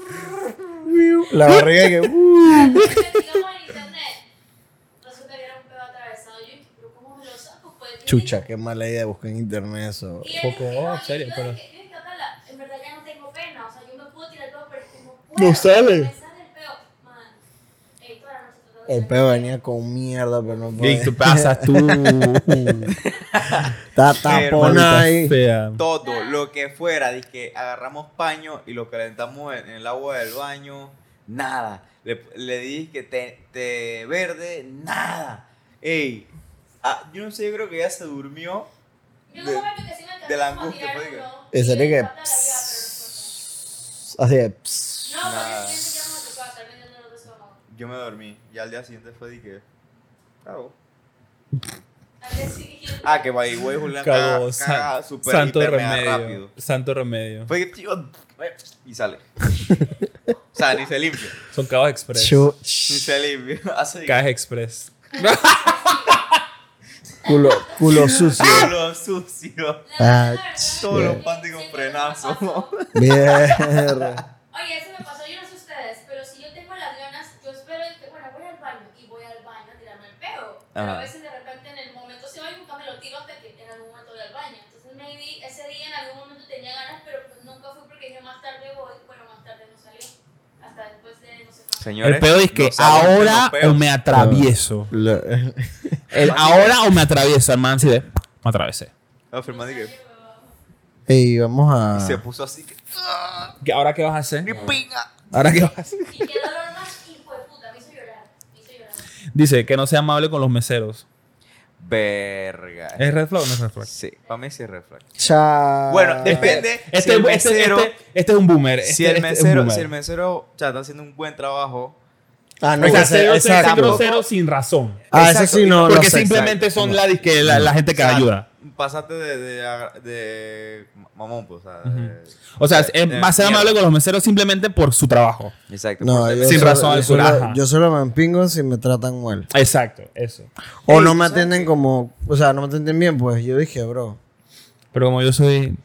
La barriga que. uh, investigamos en internet, resulta que era un pedo atravesado. Yo dije, pero ¿cómo me lo saco? Pues, Chucha, qué mala idea buscar en internet eso. Y yo Poco, dije, oh, "Oye, en serio, yo pero- dije, yo dije, "Atala, en verdad ya no tengo pena, o sea, yo me puedo tirar todo, pero es que no No sale. Me sale el peo. Man, ey, toda la noche tratando de El sacar peo venía con mierda, pero no Y tú podía. pasas tú. Está tapona Maldita ahí. sea. Todo lo que fuera. Dije, agarramos paño y lo calentamos en en el agua del baño. Nada. Le, le dije que te, te verde. Nada. Ey. ah, yo no sé, yo creo que ella se durmió. Yo de- no sabía que si me de la alcanzaba a angustia, tirar fue que- uno, Y yo salí dije, que. "Atala, ya, pss, Así de. pss. pero no". No, porque Nada. el siguiente que íbamos a tu casa, el viernes no lo tomamos. Yo me dormí. Y al día siguiente fue dije. Bravo. Al día siguiente- Ah, que by the way, Julián Cagó, caga, san- caga super santo hiper, mega remedio. rápido. Santo remedio. Fue que tío, y sale. o sea, ni se limpia. Son cagos express. Chu- Ni ch- se limpia. Hace Cagas express. Culo, culo sucio. Lo sucio. La verdad, Ah, la verdad, Todos los sí, panties con sí, frenazo. me pasó. Mierda. Oye, eso me pasó, yo no sé ustedes, pero si yo tengo las ganas, yo espero y que, bueno, voy al baño y voy al baño a tirarme el peo. Pero Ajá. a veces de tarde voy, bueno, más tarde no salió. Hasta después de no sé cuánto. Señores, El pedo es que no salgan de los ahora o peos. me atravieso. Lo- El ahora o me atravieso. El man sí de, me atravesé. No, firma de que- y vamos Ah. y se a. puso así que. ¿Qué- ¿Ahora qué vas a hacer? ¡Ni pinga! ¿Ahora qué vas a hacer? Y qué dolor más hijo de puta, me hizo llorar. Me hizo llorar. Dice que no sea amable con los meseros. Verga. ¿Es red flag o no es red flag? Sí, para mí sí es red flag. Cha- Bueno, depende. Este, si el este- este- mesero, este- este es un boomer. si Este- el este es un mesero, boomer. si el mesero cha, está haciendo un buen trabajo, Ah, no, O sea, ese- ser, ser- ser exacto. grosero sin razón. Ah, Exacto, ese sí no. Porque no sé, simplemente exacto. son la, disque- la, la gente que O sea, ayuda. Pásate de, de, agra- de mamón, pues, o sea. de- O sea, de- es de más ser amable Eh, mierda. con los meseros simplemente por su trabajo. Exacto. No, eh, por- yo Sin solo- razón yo alguna, solo- ajá. Yo solo me empingo si me tratan mal. Exacto, eso. O Ey, no me ¿sabes atienden qué? como. O sea, no me atienden bien, pues yo dije, bro. Pero como yo soy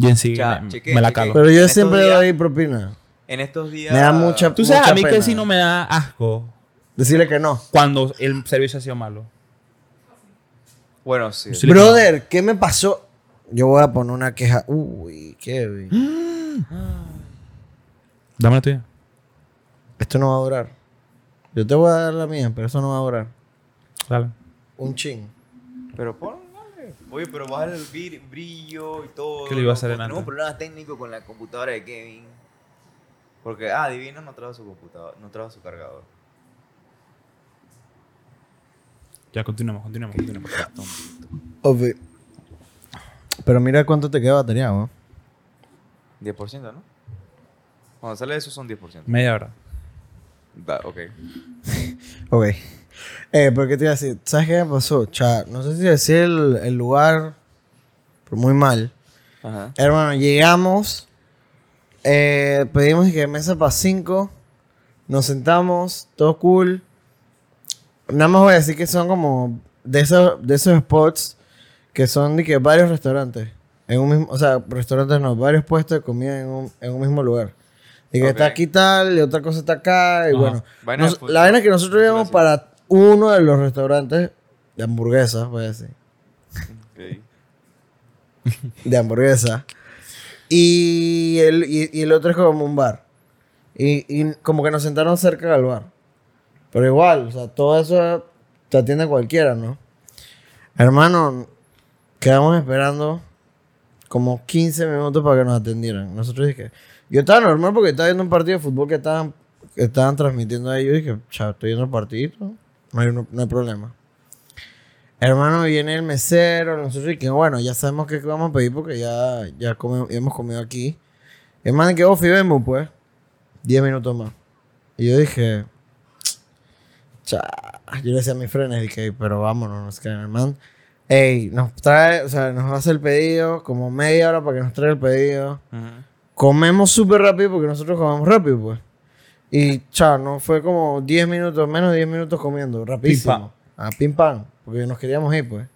Gen Z, Ya, me, chequea, me la chequea. calo. Pero yo Estos siempre días- doy propina. En estos días. Me da mucha. Tú sabes, mucha a mí que pena sí no me da asco Decirle que no. cuando el servicio ha sido malo. Bueno, sí. Sí. Brother, ¿qué me pasó? Yo voy a poner una queja. Uy, Kevin. Dame la tuya. Esto no va a durar. Yo te voy a dar la mía, pero eso no va a durar. Dale. Un ching. Pero pon. dale. Oye, pero baja el bri- brillo y todo. ¿Qué le iba a hacer porque en Tenemos antes? problemas técnicos con la computadora de Kevin. Porque, ah, Divina no trajo su computadora, no trajo su cargador. Ya, continuamos, continuamos, continuamos. Obvio. Pero mira cuánto te queda de batería, ¿no? 10%, ¿no? Cuando sale eso son 10%. Media hora. Da, ok. Ok. Eh, pero ¿qué te iba a decir? ¿Sabes qué me pasó? Cha, no sé si decir el, el lugar, pero muy mal. Ajá. Hermano, llegamos, eh, pedimos que mesa para cinco, nos sentamos, todo cool. Nada más voy a decir que son como de esos, de esos spots que son de que varios restaurantes. En un mismo, o sea, restaurantes no, varios puestos de comida en un, en un mismo lugar. Y que Ok. está aquí tal, y otra cosa está acá, y Ajá. bueno. Vaina de Nos- food la vaina es que nosotros íbamos Gracias. para uno de los restaurantes de hamburguesas, voy a decir Ok. de hamburguesa. Y el, y, y el otro es como un bar. Y, y como que nos sentaron cerca del bar. Pero igual, o sea, todo eso te atiende cualquiera, ¿no? Hermano, quedamos esperando como 15 minutos para que nos atendieran. Nosotros dije, yo estaba normal porque estaba viendo un partido de fútbol que estaban, que estaban transmitiendo ahí. Yo dije, chao, estoy viendo el partidito, no hay, no hay problema. Hermano, viene el mesero, nosotros y que bueno, ya sabemos qué vamos a pedir porque ya, ya, come- ya hemos comido aquí. Hermano, que ofi vemos pues. 10 minutos más. Y yo dije, cha. Yo le decía a mis frenes, dije, pero vámonos, nos quedan, hermano. Ey, nos trae, o sea, nos hace el pedido, como media hora para que nos traiga el pedido. Ujú. Comemos súper rápido porque nosotros comemos rápido, pues. Y chao, no fue como 10 minutos, menos de 10 minutos comiendo, Pim, pam. rapidísimo. A pim pam, porque nos queríamos ir, pues.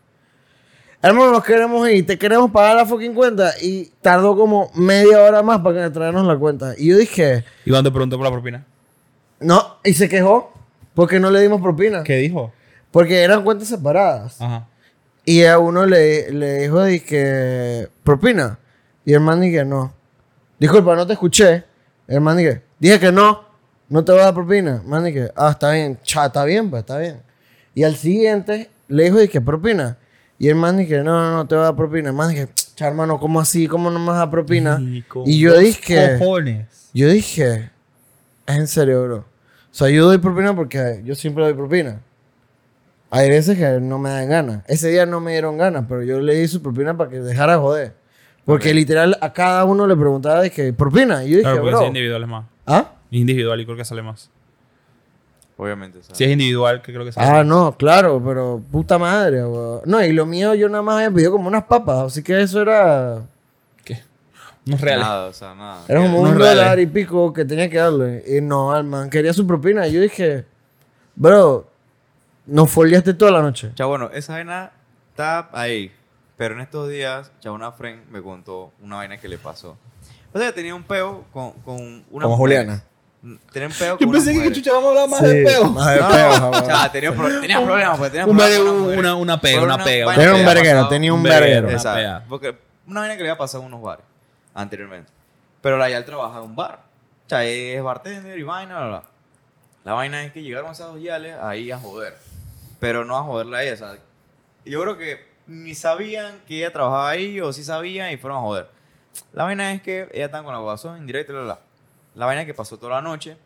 Hermano, nos queremos ir, te queremos pagar la fucking cuenta. Y tardó como media hora más para que traernos la cuenta. Y yo dije, Y cuando te preguntó por la propina, no, y se quejó porque no le dimos propina. ¿qué dijo? Porque eran cuentas separadas. Ajá. Y a uno le, le dijo, dije, propina. Y el man dije, no. Disculpa, no te escuché. El man dije, dije que no, no te voy a dar propina. El man dije, ah, está bien, cha, está bien, pues, está bien. Y al siguiente le dijo, dije, propina. Y el man dije, no, no, no te voy a dar propina. El man dije, cha, hermano, ¿cómo así? ¿Cómo no me vas a dar propina? Y con Y yo dos dije, Cojones. yo dije, es en serio, bro. O sea, yo doy propina porque yo siempre doy propina. Hay veces que no me dan ganas. Ese día no me dieron ganas, pero yo le di su propina para que dejara de joder. Porque literal a cada uno le preguntaba de que propina. Y yo dije, Claro, porque si es bro. individual es más. ¿Ah? Individual y creo que sale más. Obviamente, ¿sabes? Si es individual, que creo que sale Ah, más. no, claro, pero puta madre, weón. No, y lo mío yo nada más había pedido como unas papas, así que eso era. ¿Qué? No es real. Nada, o sea, nada. Era como No un es real, dólar eh. y pico que tenía que darle. Y no, el man quería su propina. Y yo dije, bro, nos foliaste toda la noche. Ya bueno, esa vaina está ahí. Pero en estos días, ya una friend me contó una vaina que le pasó. O sea, tenía un peo con, con una. Como Juliana. Tenía un peo con unas mujeres. vamos a hablar Sí, Más de peo, No, jabón. ya, tenía, pro- tenía problemas, pues, tenía Un problemas. vergue- con unas mujeres. una- una pega, Fue una pega, una vaina Era que un le había verguero, pasado- tenía un Un verguero. verguero. Una Exacto. pega. Porque una vaina que le había pasado a unos bares anteriormente. Pero Rayal trabaja en un bar. O sea, es bartender y vaina, bla, bla. La vaina es que llegaron esas dos yales ahí a joder. Pero no a joderla a ella. o sea, yo creo que ni sabían que ella trabajaba ahí o sí sabían y fueron a joder. La vaina es que ella está con la guasón indirecta, bla, bla. La vaina es que pasó toda la noche.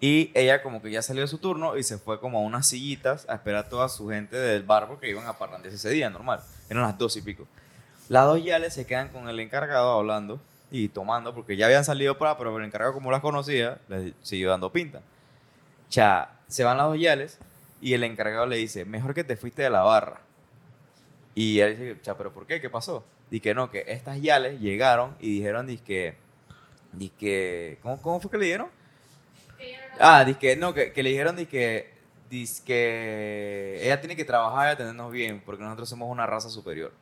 Y ella como que ya salió de su turno y se fue como a unas sillitas a esperar a toda su gente del bar porque iban a parlantes ese día, normal. Eran las dos y pico. Las dos yales se quedan con el encargado hablando y tomando porque ya habían salido para, pero el encargado como las conocía, les siguió dando pinta. Cha, se van las dos yales y el encargado le dice, mejor que te fuiste de la barra. Y él dice, cha, pero ¿por qué? ¿Qué pasó? Y que no, que estas yales llegaron y dijeron, dizque, dizque, ¿cómo, ¿cómo fue que le dieron? Que yo no la- Ah, dizque, no, que, que le dijeron dizque, dizque ella tiene que trabajar y atendernos bien, porque nosotros somos una raza superior.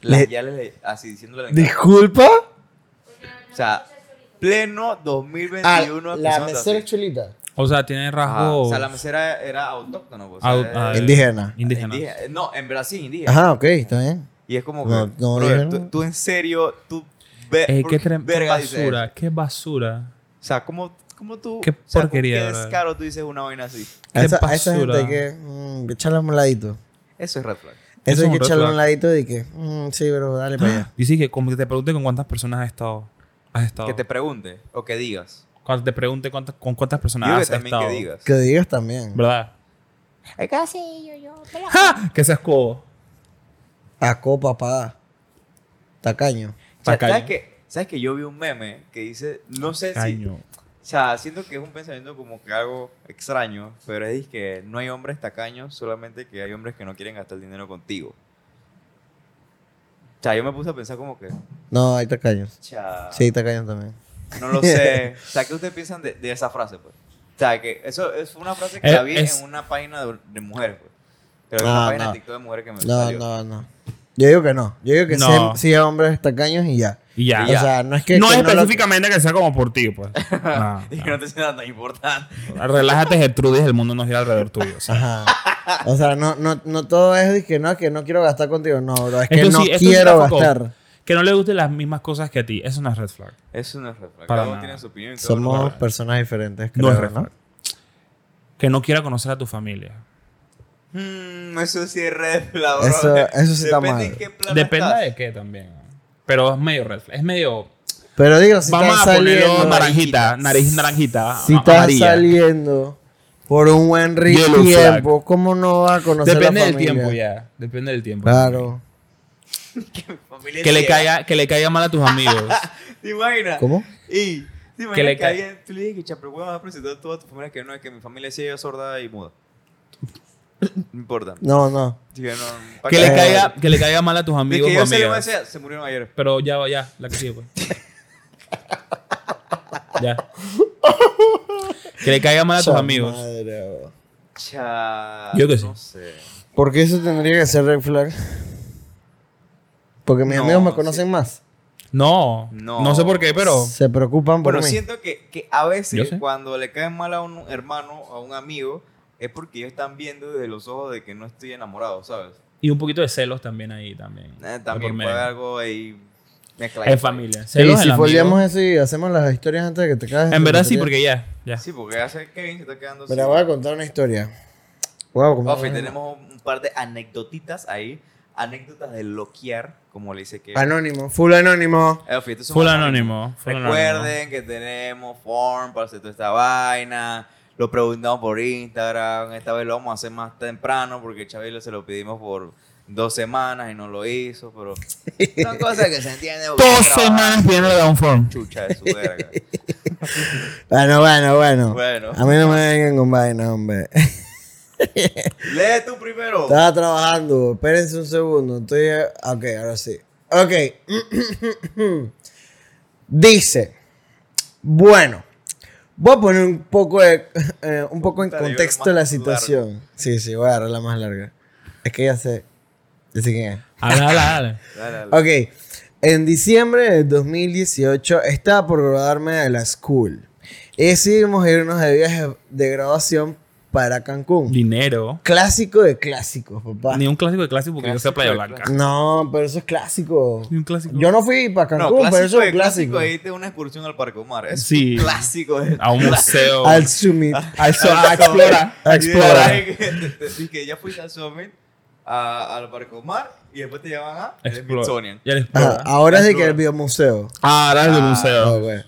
Las Le- yales le- así diciéndole al encargado. Disculpa. porque no- no O sea, escuchas solito. Pleno Ah, 2021. la empezando mesera así. chulita. O sea, tiene Ajá, rasgos Ah, O sea, la mesera era autóctona. pues, o sea, Au- era- ah, era Indígena. indígenas. indígena. No, en Brasil, indígena. Ajá, ok, está bien. Y es como que, No, no, brother, dijeron. tú, tú en serio, tú... ve- Ey, ¿por Eh, qué, trem- qué verga dices basura, eso? qué basura. O sea, ¿cómo, cómo tú... Qué o sea, ¿con porquería, ¿Qué brother. descaro tú dices una vaina así? A Qué esa, a esa gente basura. hay que mm, echarle un ladito. Eso es red flag. Eso Eso es hay un que red echarle flag. un ladito y que, mm, sí, pero dale para allá. Dice que como que te pregunte con cuántas personas has estado. Has estado. Que te pregunte o que digas. Cuando te pregunte cuántas, con cuántas personas Yo que has también estado. que digas. Que digas también. ¿Verdad? Es que así, yo, yo, pero- ¡Ja! Que seas cobo. A copa, pa. Tacaño. O sea, Tacaño. ¿sabes, que, ¿Sabes que yo vi un meme que dice... No sé si... Caño. O sea, siento que es un pensamiento como que algo extraño, pero es que no hay hombres tacaños, solamente que hay hombres que no quieren gastar dinero contigo. O sea, yo me puse a pensar como que, No, hay tacaños. cha, Sí, hay tacaños también. no lo sé. O sea, ¿qué ustedes piensan de, de esa frase, pues? O sea, que eso es una frase que Eh, la vi es- en una página de, de mujeres, pues. Pero en No, una página no. de TikTok de mujeres que me No, salió. no, no. Yo digo que no. Yo digo que No. sí, hay- sí hay hombres tacaños y ya. Y ya. Y ya. O sea, no es que. no que es lo- específicamente que sea como por ti, pues. No, Y que no te sientas tan importante. no. Relájate, Gertrudis, el mundo no gira alrededor tuyo. o sea. Ajá. O sea, no, no, no todo es de que no, que no quiero gastar contigo. No, bro, es que Esto no sí- esto sí quiero está foco. gastar. Que no le gusten las mismas cosas que a ti. Eso no es red flag. Eso no es red Para flag. Cada uno nada. tiene su opinión. y cada uno- Somos personas diferentes, No creo, es red ¿no? flag. Que no quiera conocer a tu familia. Mm, eso sí es red flag, bro. Eso- eso sí está Depende mal. en qué plan Depende estás. de qué también. Pero es medio red flag. Es medio. Pero digo, si Vamos estás a ponerlo saliendo, naranjita. Nariz naranjita. si a- estás amarilla. saliendo por un buen ri- Yellow tiempo, ¿cómo no va a conocer Depende la del familia? tiempo ya. Depende del tiempo. Claro. Que mi familia Que le, ciega. caiga, que le caiga mal a tus amigos. ¿Te imaginas? ¿Cómo? Y, ¿te Que imaginas que, le ca- alguien, tú le dices que chapre, weón, vas a presentar a toda tu familia que no, es que mi familia es ciega, sorda y muda? No importa. No, no. Dije, no, ¿pa' que, qué? le caiga, que le caiga mal a tus De amigos que o yo sé lo que voy a amigas. decir, se murieron ayer. Pero ya, va, ya. La que sigue, pues. ya. Que le caiga mal a tus Esa amigos. madre, bro. Cha, Yo que No sí. sé. ¿Por qué eso tendría que ser red flag? Porque mis No, amigos me sí. conocen más. No, no. No. sé por qué, pero. Se preocupan por Bueno, mí. siento que, que a Yo veces sé. cuando le caen mal a un hermano, a un amigo, es porque ellos están viendo desde los ojos de que no estoy enamorado, ¿sabes? Y un poquito de celos también ahí también. Eh, De por también puede medio. haber algo ahí mezclado. En familia. Y Celos si en foliamos amigo. eso y hacemos las historias antes de que te cagas. En verdad sí, sería- porque ya. ya. Sí, porque hace Kevin se está quedando Mira, sin- voy a contar una historia. Wow, como Ofi, tenemos un par de anecdotitas ahí. Anécdotas de loquear, como le dice que. Anónimo, full anónimo. Eh, Ofi, estos son Full más anónimo. full anónimo. Recuerden que tenemos form para hacer toda esta vaina. Lo preguntamos por Instagram. Esta vez lo vamos a hacer más temprano porque Chabelo se lo pedimos por dos semanas y no lo hizo. Pero son cosas que se entienden. porque Dos trabaja semanas viene la downform. Chucha de su verga. Bueno, bueno, bueno. Bueno. A mí no me vengan con vaina, hombre. Lee tú primero. Estaba trabajando, espérense un segundo. Estoy. Ok, ahora sí. Ok. Dice. Bueno, voy a poner un poco de, eh, un poco en Puta, yo contexto más la largo. situación. Sí, sí, voy a agarrar la más larga. Es que ya sé. Ya sé quién es. Habla, habla, habla. Dale, dale. Ok. En diciembre de 2018 estaba por graduarme de la school. Y decidimos irnos de viaje de graduación para Cancún. Dinero. Clásico de clásicos, papá. ni un clásico de clásico porque yo sea Clásico Playa de Blanca. clásico. No, pero eso es clásico. Ni un clásico. Yo no fui para No, Cancún, pero eso de es clásico. ahí te una excursión al Parque Omar. Es Sí. un clásico de A un museo. Al summit. al so- a explorar. A explorar. Dije que ya fuiste al Summit, a- al Parque Omar y después te llevan a el Explorar. Smithsonian. Y al Ajá, explorar. ahora sí que Explora. el biomuseo. Ah, ahora es del Ah, museo. bueno.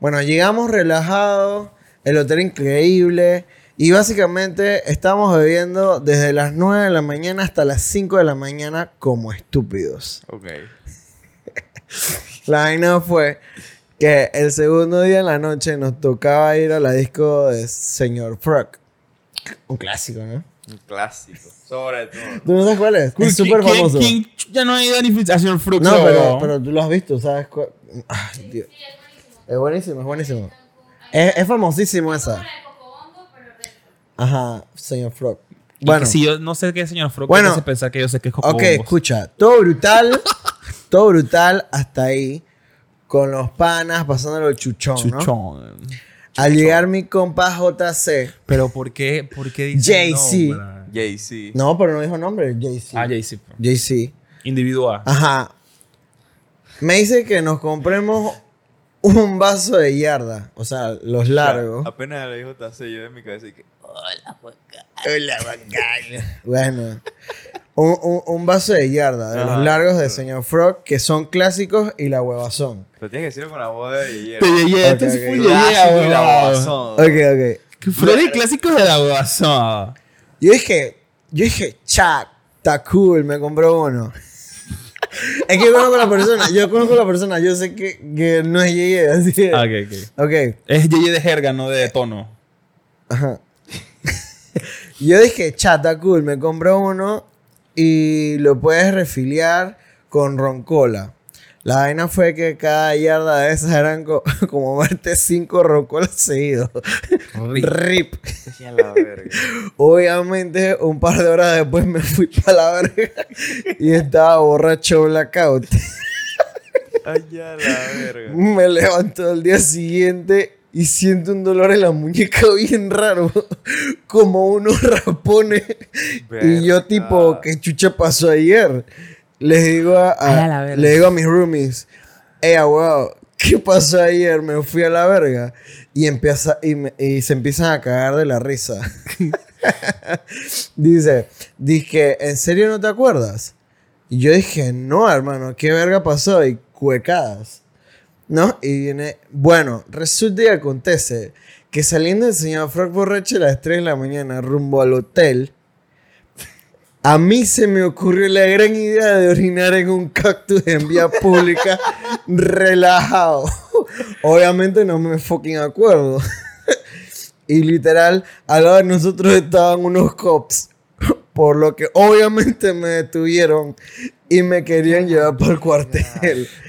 Bueno, llegamos relajados, el hotel increíble y básicamente estamos bebiendo desde las 9 de la mañana hasta las 5 de la mañana como estúpidos. Ok. La vaina fue que el segundo día en la noche nos tocaba ir a la disco de Señor Frog. Un clásico, ¿no? Un clásico. Sobre todo. ¿Tú no sabes cuál es? Es ¿Quién- súper famoso. ¿quién, quién ya no ha ido a ni a Señor Fructo? No, pero, pero tú lo has visto, ¿sabes cuál? Ay, Dios. Sí, es Es buenísimo. buenísimo, es buenísimo. Cancún, hay- Es, es famosísimo esa. Una de Cocobongo, pero resto. Ajá, señor Frog. Y Bueno, que Si yo no sé qué es Señor Fructo, Bueno. bueno, pensar que yo sé que es ok, Cocobongos. escucha. Todo brutal, todo brutal hasta ahí. Con los panas, pasándolo el chuchón, ¿no? Chuchón. Al llegar mi compa JC. Pero ¿por qué, por qué dicen Jay-Z. no? Jay-Z. No, pero no dijo nombre, JC. Ah, Jay-Z. JC. Individual. Ah, Ajá. Me dice que nos compremos un vaso de yarda. O sea, los O sea, largos. Apenas le dijo Tase, yo de mi cabeza y que. Hola, Juan Carlos". Bueno. Un, un- un vaso de yarda, de Ajá. los largos de señor Frog, que son clásicos y la huevazón. Pero tienes que decirlo con la voz de Guillermo. Te llegué, esto Ok, Este Ah, sí fue ok. Clásico y la llegué, babazón. Ok, ok. Flores clásicos de la Ah, guasón. Yo dije, yo dije, chat, está cool, me compró uno. es que yo conozco a la persona, yo conozco a la persona, yo sé que, que no es Yeye, así que- Ah, ok, ok. Ok, Es Yeye de jerga, no de tono. ajá. yo dije, chat, está cool, me compró uno y lo puedes refiliar con roncola. La vaina fue que cada yarda de esas eran co- como verte cinco roncolas seguidos. Rip. Decía la verga. Obviamente, un par de horas después me fui para la verga y estaba borracho blackout. Ay, ya la verga. Me levanto al día siguiente y siento un dolor en la muñeca bien raro, como unos rapones. Y yo Verga. tipo, ¿qué chucha pasó ayer? Les digo a, a- le digo a mis roomies, hey, wow, ¿qué pasó ayer? Me fui a la verga. Y, empieza, y, me- y se empiezan a cagar de la risa. Dice, dije, ¿en serio no te acuerdas? Y yo dije, no, hermano, ¿qué verga pasó? Y cuecadas. ¿No? Y viene, bueno, resulta y acontece que saliendo el señor Frank Borracho a las 3 de la mañana rumbo al hotel, a mí se me ocurrió la gran idea de orinar en un cactus en vía pública relajado. Obviamente no me fucking acuerdo. Y literal, al lado de nosotros estaban unos cops. Por lo que obviamente me detuvieron y me querían llevar para el cuartel.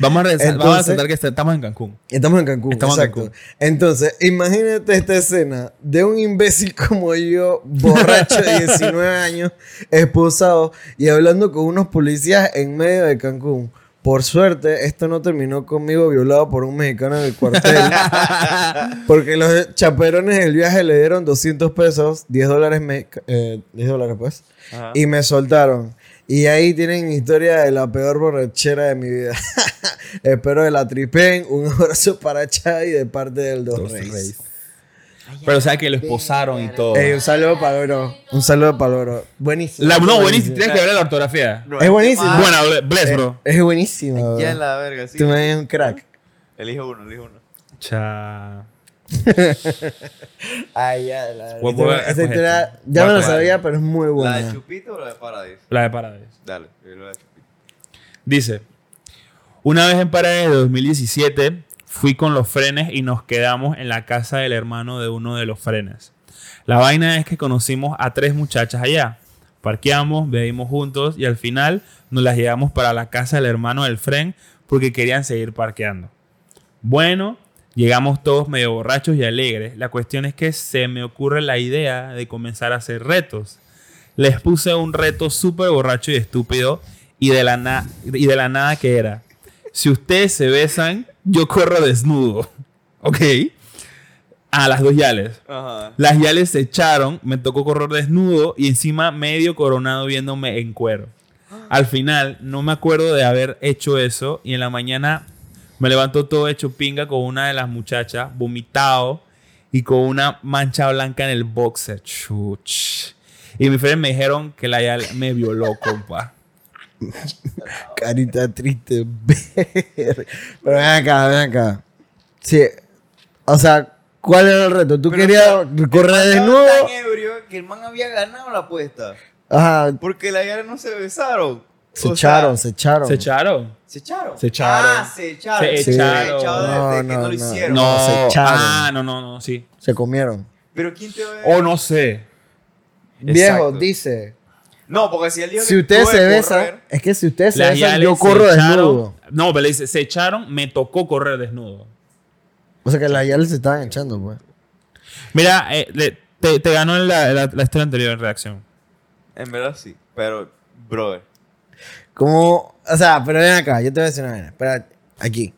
Vamos a, regresar- vamos a Entonces- sentar que est- estamos en Cancún. Estamos en Cancún. Estamos en exacto. Cancún. Entonces, imagínate esta escena de un imbécil como yo, borracho de 19 años, esposado y hablando con unos policías en medio de Cancún. Por suerte, esto no terminó conmigo violado por un mexicano en el cuartel. porque los chaperones del viaje le dieron 200 pesos, 10 dólares, me- eh, 10 dólares pues, Ajá. y me soltaron. Y ahí tienen mi historia de la peor borrachera de mi vida. Espero de la tripen. Un abrazo para Chay de parte del Dos Dos Reyes. Reyes. Pero o sea que lo esposaron y todo. Ey, un saludo para Loro. Un saludo para Loro. Buenísimo. La, no, buenísimo. Tienes que ver la ortografía. No, Es este buenísimo. man- Buena, ble- bless, bro. Es buenísimo. Ya bro. la verga, sí. Tú me ves un crack. Elijo uno, elijo uno. Cha. Ay, ya la Voy a poner- Esa historia ya me la sabía, pero es muy ¿La de buena. Chupito o la de Paradise? La de Paradise. Dale, yo la de Chupito. Dice, una vez en Paradise de 2017, fui con los frenes y nos quedamos en la casa del hermano de uno de los frenes. La vaina es que conocimos a tres muchachas allá. Parqueamos, bebimos juntos y al final nos las llevamos para la casa del hermano del fren porque querían seguir parqueando. Bueno, llegamos todos medio borrachos y alegres. La cuestión es que se me ocurre la idea de comenzar a hacer retos. Les puse un reto súper borracho y estúpido y de, la na- y de la nada que era. Si ustedes se besan, yo corro desnudo. ¿Ok? Ah, las dos yales. Ajá. Las yales se echaron, me tocó correr desnudo y encima medio coronado viéndome en cuero. Al final, no me acuerdo de haber hecho eso y en la mañana me levantó todo hecho pinga con una de las muchachas, vomitado y con una mancha blanca en el boxer. Chuch. Y mis friends me dijeron que la yal me violó, compa. Carita triste. ver. Pero ven acá, ven acá. Sí. O sea, ¿cuál era el reto? ¿Tú Pero, querías o sea, correr el man desnudo? estaba Tan ebrio que el man había ganado la apuesta. Ajá. Porque la Yara no se besaron. Se O echaron, sea, se echaron. ¿Se echaron? ¿Se echaron? Se echaron. Ah, se echaron. Se Se echaron. echaron. desde No, que no, no, lo no. hicieron. No, se echaron. Ah, no, no, no, sí. Se comieron. Pero ¿quién te ve? O no sé. Viejo, Exacto. dice. No, porque si él dijo Si que ustedes tuve se que besan, correr, es que si ustedes se Las besan, yales yo se corro echaron- desnudo. No, pero le dice, se echaron, me tocó correr desnudo. O sea que las yales se estaban echando, pues. Mira, eh, le- te, te ganó la, la, la historia anterior en reacción. En verdad sí. Pero, brother. Como, o sea, pero ven acá, yo te voy a decir una vaina. Espera, aquí.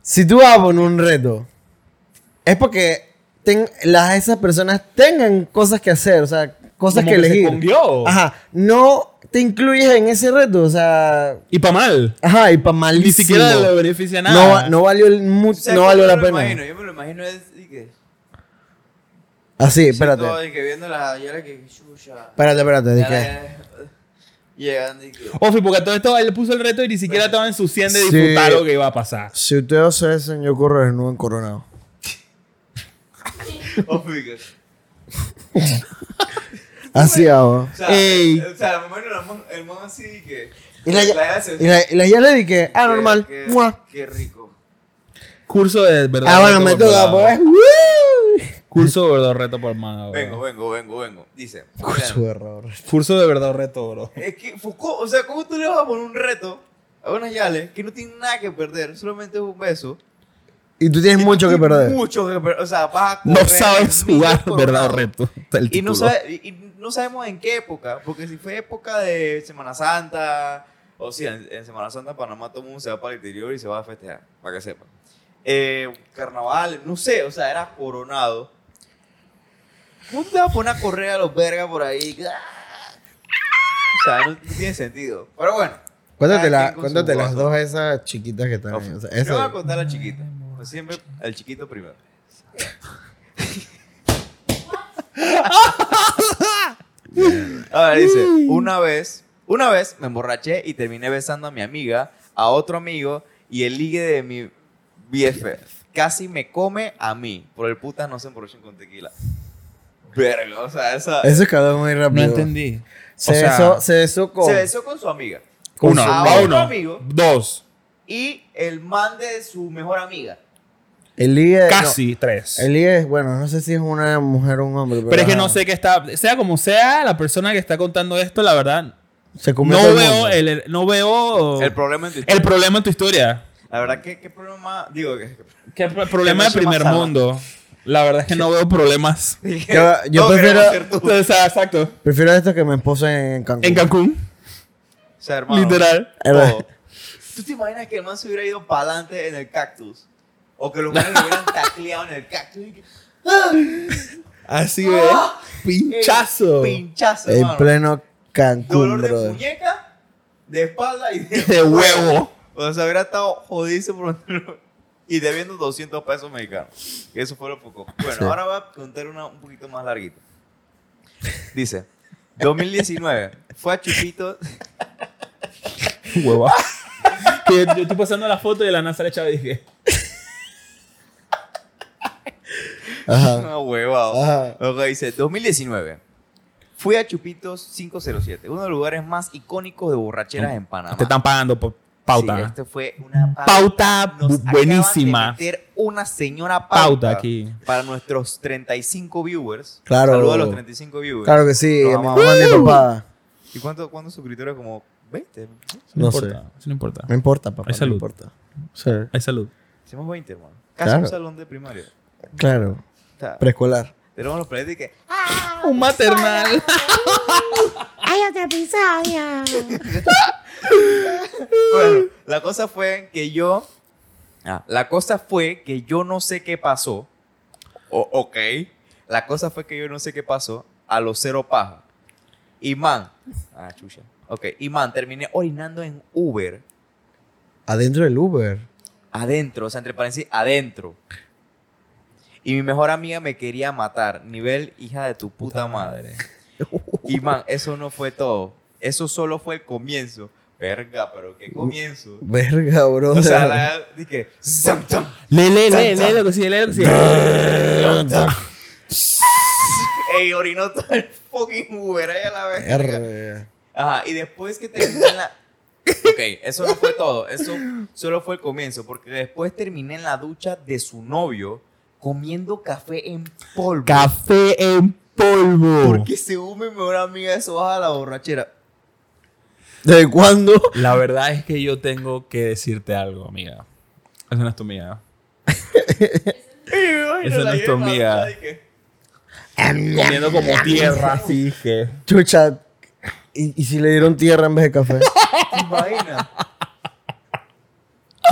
Si tú vas a poner un reto, es porque ten- las, esas personas tengan cosas que hacer, o sea, cosas Como que que se elegir. escondió. Ajá, no te incluyes en ese reto, o sea, Y pa' mal. ajá, y para malísimo. Ni siquiera le beneficia No va- nada. No, valió, el mu- ¿Tú sabes no cómo valió yo la me pena. Imagino? Yo me lo imagino es, y que, Así, espérate. todo, y que viendo las Yara que chucha. Espérate, espérate. ya dije, la- eh, Llegando y que. Ofi, porque todo esto él puso el reto y ni siquiera estaba en su 100 de Sí. disfrutar lo que iba a pasar. Si ustedes se besan, yo corro desnudo en Coronado. Obvio que- Así hago. O sea, Ey. o sea, al momento el man- el man así y que. Y la, Yara se- y la, y la yale dije, ah, que- normal. que- Mua. Qué rico. Curso de verdad. Ah, bueno, reto me por toca, lado. pues. Curso de verdad reto por mano. bro. Vengo, vengo, vengo, vengo. Dice. Su error. Curso de verdad reto, bro. Es que Foucault, o sea, ¿cómo tú le vas a poner un reto a unas yales que no tienen nada que perder? Solamente es un beso. Y tú tienes Y mucho tú que tienes perder. Mucho que perder. O sea, vas a No correr sabes mil jugar por verdad o lado. reto. Está el Y no, título. sabe- y- y no sabemos en qué época, porque si fue época de Semana Santa, o si en, en Semana Santa Panamá todo el mundo se va para el interior y se va a festejar, para que sepan. Eh, carnaval, no sé, o sea, era coronado. ¿Cómo te vas a poner a correr a los vergas por ahí? ah, O sea, no, no tiene sentido. Pero bueno. Cuéntate, la- cada quien con cuéntate su las gozo. dos esas chiquitas que están ahí. O sea, Yo voy a esa- contar a la chiquita. Pues Siempre el chiquito primero. A ver, dice, una vez, una vez me emborraché y terminé besando a mi amiga, a otro amigo y el ligue de mi BFF. Casi me come a mí. Por el puta no se emborrachan con tequila. Verga, o sea, esa... eso escaló muy rápido. No entendí. Se, O sea, besó, se besó con. Se besó con su amiga. Uno, su- va a uno. Ah, otro amigo. Dos. Y el man de su mejor amiga. El líder. Casi tres. Eh, no, el líder, bueno, no sé si es una mujer o un hombre. Pero, Pero es que no ajá, sé qué está. Sea como sea, la persona que está contando esto, la verdad, Se comió todo no el veo, mundo. el, el- no veo El el, problema en tu problema en tu historia. La verdad, ¿qué, qué problema? Digo, que ¿Qué el problema Que del no se primer pasaba. mundo? La verdad es que no veo problemas. Yo, yo No prefiero, queremos ser tú. O sea, exacto. prefiero esto que me esposen en Cancún. En Cancún, O sea, hermano, literal. Era- todo. ¿Tú te imaginas que el man se hubiera ido para adelante en el cactus? O que los manes lo hubieran tacleado en el cactus. y que- Así ve. Ah. Pinchazo. Pinchazo, En hermano. pleno Cancún, Dolor de brother. muñeca, de espalda y de, De huevo. O sea, hubiera estado jodido por mantenerlo. Y debiendo 200 pesos mexicanos. Que eso fue lo poco. Bueno, Sí. ahora voy a contar una un poquito más larguita. Dice, 2019, fue a Chupito... Hueva. Que yo estoy pasando la foto y de la NASA le echaba y dije. Ajá. Una hueva. Ajá. Ok, dice 2019. Fui a Chupitos 507, uno de los lugares más icónicos de borracheras en Panamá. Te están pagando por Sí, pauta. este fue una Pauta bu- acaban buenísima. de meter una señora pauta, Pauta aquí. para nuestros 35 viewers. Claro. Saludos a los 35 viewers. Claro que sí, Los a mi amamos. mamá y a mi papá. ¿Y cuánto- cuántos suscriptores? Como 20. No, No importa. Eso no importa. No importa, papá. Hay No salud. importa. Sí, Hay salud. Hicimos 20, hermano. Casi Claro. un salón de primaria. claro. O sea, Preescolar. tenemos los planetas y que. Un maternal. Hay otra episodio. Bueno, la cosa fue que yo. ah, la cosa fue que yo no sé qué pasó. O- ok. La cosa fue que yo no sé qué pasó. A los cero paja. Y man. Ah, chucha. Ok. Y man, terminé orinando en Uber. Adentro del Uber. Adentro. O sea, entre paréntesis, adentro. Y mi mejor amiga me quería matar. Nivel hija de tu puta madre. Y man, eso no fue todo. Eso solo fue el comienzo. Verga, pero qué comienzo. Verga, bro. O sea, la, dije, "Zam, zam". Lee, lee, lee, lee lo que sigue, lee lo que sigue. Ey, orinó todo el fucking Uber ahí a la vez. Verga. Ajá, y después que terminé en la... Ok, eso no fue todo, eso solo fue el comienzo, porque después terminé en la ducha de su novio comiendo café en polvo. Café en polvo. Porque según mi mejor amiga eso baja la borrachera. ¿Desde cuándo? La verdad es que yo tengo que decirte algo, amiga. Esa no es tu amiga. Esa no es tu amiga. Comiendo como tierra, así que. Chucha. ¿Y, y si le dieron tierra en vez de café? ¿Te imaginas?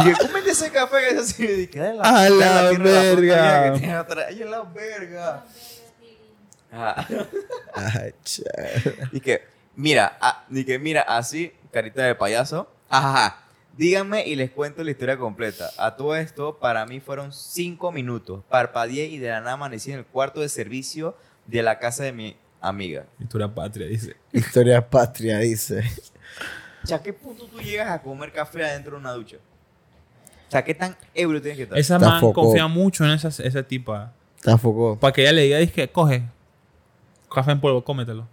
Y que comen ese café que es así, y dije, "Ay, A de la tierra de la verga. porquería que tiene atrás". Ay, a la verga. Ajá. Ay, Ah, cha. Y que, mira, ah, y que, mira, así, carita de payaso. Ajá. Díganme y les cuento la historia completa. A todo esto, para mí fueron cinco minutos. Parpadeé y de la nada amanecí en el cuarto de servicio de la casa de mi amiga. Pintura patria, dice. Historia patria, dice. O sea, ¿a qué punto tú llegas a comer café adentro de una ducha? O sea, ¿qué tan ebrio tienes que estar? Esa Está man foco. confía mucho en esa, esa tipa. Tampoco. Para que ella le diga, dice, coge. Café en polvo, cómetelo.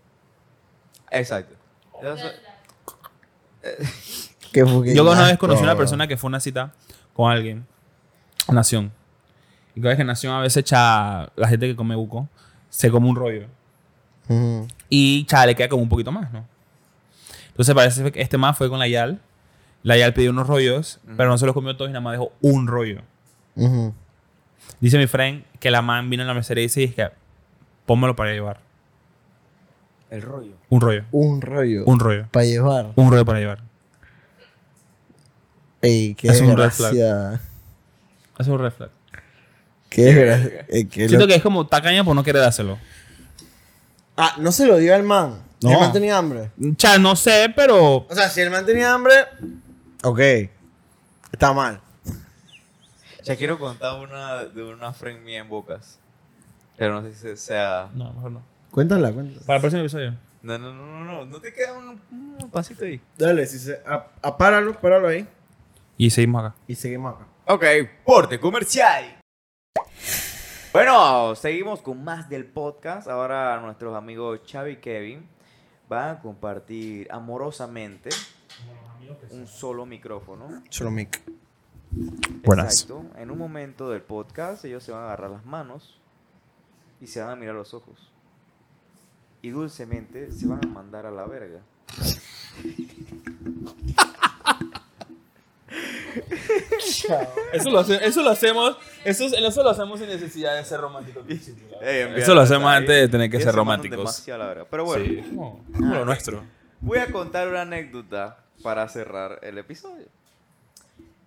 Exacto. Eso- Qué fucking Yo una vez asco, conocí a una bro. persona que fue a una cita con alguien. Nación. Y cada vez que Nación a veces echa la gente que come buco, se come un rollo. Ujú. Y cha, le queda como un poquito más, ¿no? Entonces parece que este más fue con la Yal. La Yal pidió unos rollos, pero no se los comió todos y nada más dejó un rollo. Ujú. Dice mi friend que la man vino a la mesera y dice, es que pónmelo para llevar. El rollo. Un rollo. Un rollo. Un rollo. Para llevar. Un rollo para llevar. Ey, qué Es un red desgracia. Eso es un red flag. Qué desgracia. Ey, qué Siento lo- que es como tacaña por no querer dárselo. Ah, no se lo dio al man. No. El man tenía hambre. Cha, no sé, pero... O sea, si el man tenía hambre. Ok. Está mal. Ya quiero contar una de una friend mía en Bocas. Pero no sé si sea... No, mejor no. Cuéntala, cuéntala. Para el próximo episodio. No, no, no, no, no. No te queda un, un pasito ahí. Dale, si se. a- Apáralo, páralo ahí. Y seguimos acá. Y seguimos acá. Ok, porte comercial. Bueno, seguimos con más del podcast. Ahora nuestros amigos Xavi y Kevin van a compartir amorosamente un solo micrófono. Solo mic. Buenas. Exacto. En un momento del podcast ellos se van a agarrar las manos y se van a mirar los ojos. Y dulcemente se van a mandar a la verga. Eso lo, hace- eso lo hacemos eso, eso lo hacemos sin necesidad de ser románticos. Eso lo hacemos antes de tener que ser románticos. Pero bueno, Como lo nuestro. Voy a contar una anécdota para cerrar el episodio.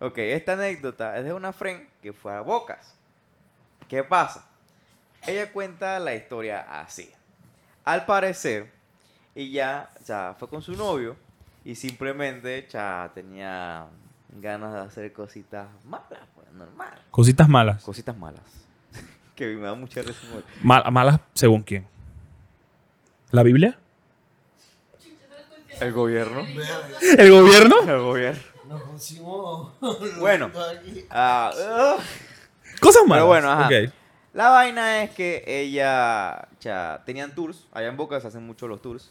Ok, esta anécdota es de una friend que fue a Bocas. ¿Qué pasa? Ella cuenta la historia así. Al parecer, ella ya fue con su novio y simplemente ya tenía ganas de hacer cositas malas, pues, normal. Cositas malas. Cositas malas. que me da mucha risa. Mal- malas según quién. ¿La Biblia? El gobierno. ¿El gobierno? El gobierno. No consigo. Bueno. Ah, ugh. Cosas malas. Pero bueno, ajá. Ok. La vaina es que ella, ya, tenían tours, allá en Boca se hacen mucho los tours,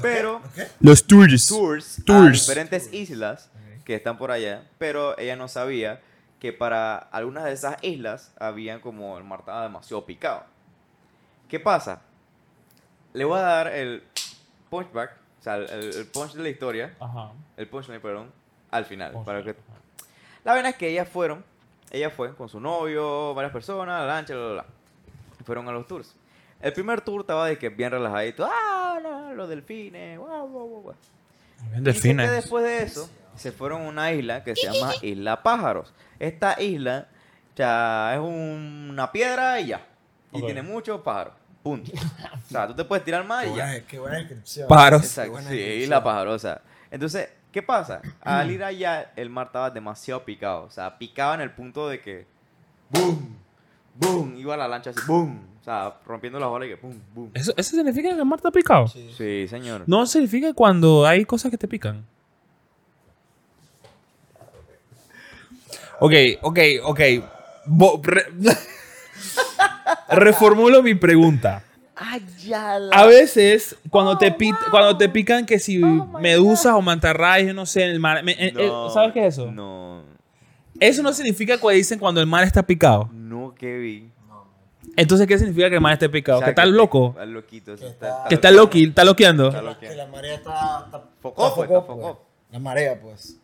pero Los tuyos. tours, a Tours. diferentes islas que están por allá, pero ella no sabía que para algunas de esas islas habían como el mar estaba demasiado picado. ¿Qué pasa? Le voy a dar el punchback, o sea, el, el- el punch de la historia, Ajá. el punchline, perdón, al final, para que Ajá. la vaina es que ellas fueron, ella fue con su novio, varias personas, la lancha, bla, bla, bla. Y Fueron a los tours. El primer tour estaba de que bien relajadito, ah, la- los delfines, guau, guau, guau, guau. Bien, Dicen que Delfines. después de eso, se fueron a una isla que se llama Isla Pájaros. Esta isla, ya es un- una piedra y ya. y tiene muchos pájaros. Punto. O sea, tú te puedes tirar más y ya. Qué buena descripción. Pájaros. Exacto, buena sí, descripción. la pajarosa. Entonces, ¿qué pasa? Al ir allá, el mar estaba demasiado picado. O sea, picaba en el punto de que. ¡Boom! ¡Boom! Iba la lancha así, ¡boom! O sea, rompiendo las olas y que ¡boom! ¡boom! ¿Eso, eso significa que el mar está picado? Sí, señor. Eh, No significa cuando hay cosas que te pican. Ok, ok, ok. Bo- re- Reformulo mi pregunta. A veces, cuando, te, pi- cuando te pican que si medusas o mantarrayas, yo no sé, en el mar... me- eh, eh, No, ¿Sabes qué es eso? No. Eso no significa que dicen cuando el mar está picado. No, Kevin. Entonces, ¿qué significa que el mar esté picado? O sea, que estás te- loco. Estás loquito. o sea, Que está- está- Que estás loqui, estás loqueando. Está La, loqueando. que la marea está. está Focó, está pues, está focó, focó. pues. La marea, pues.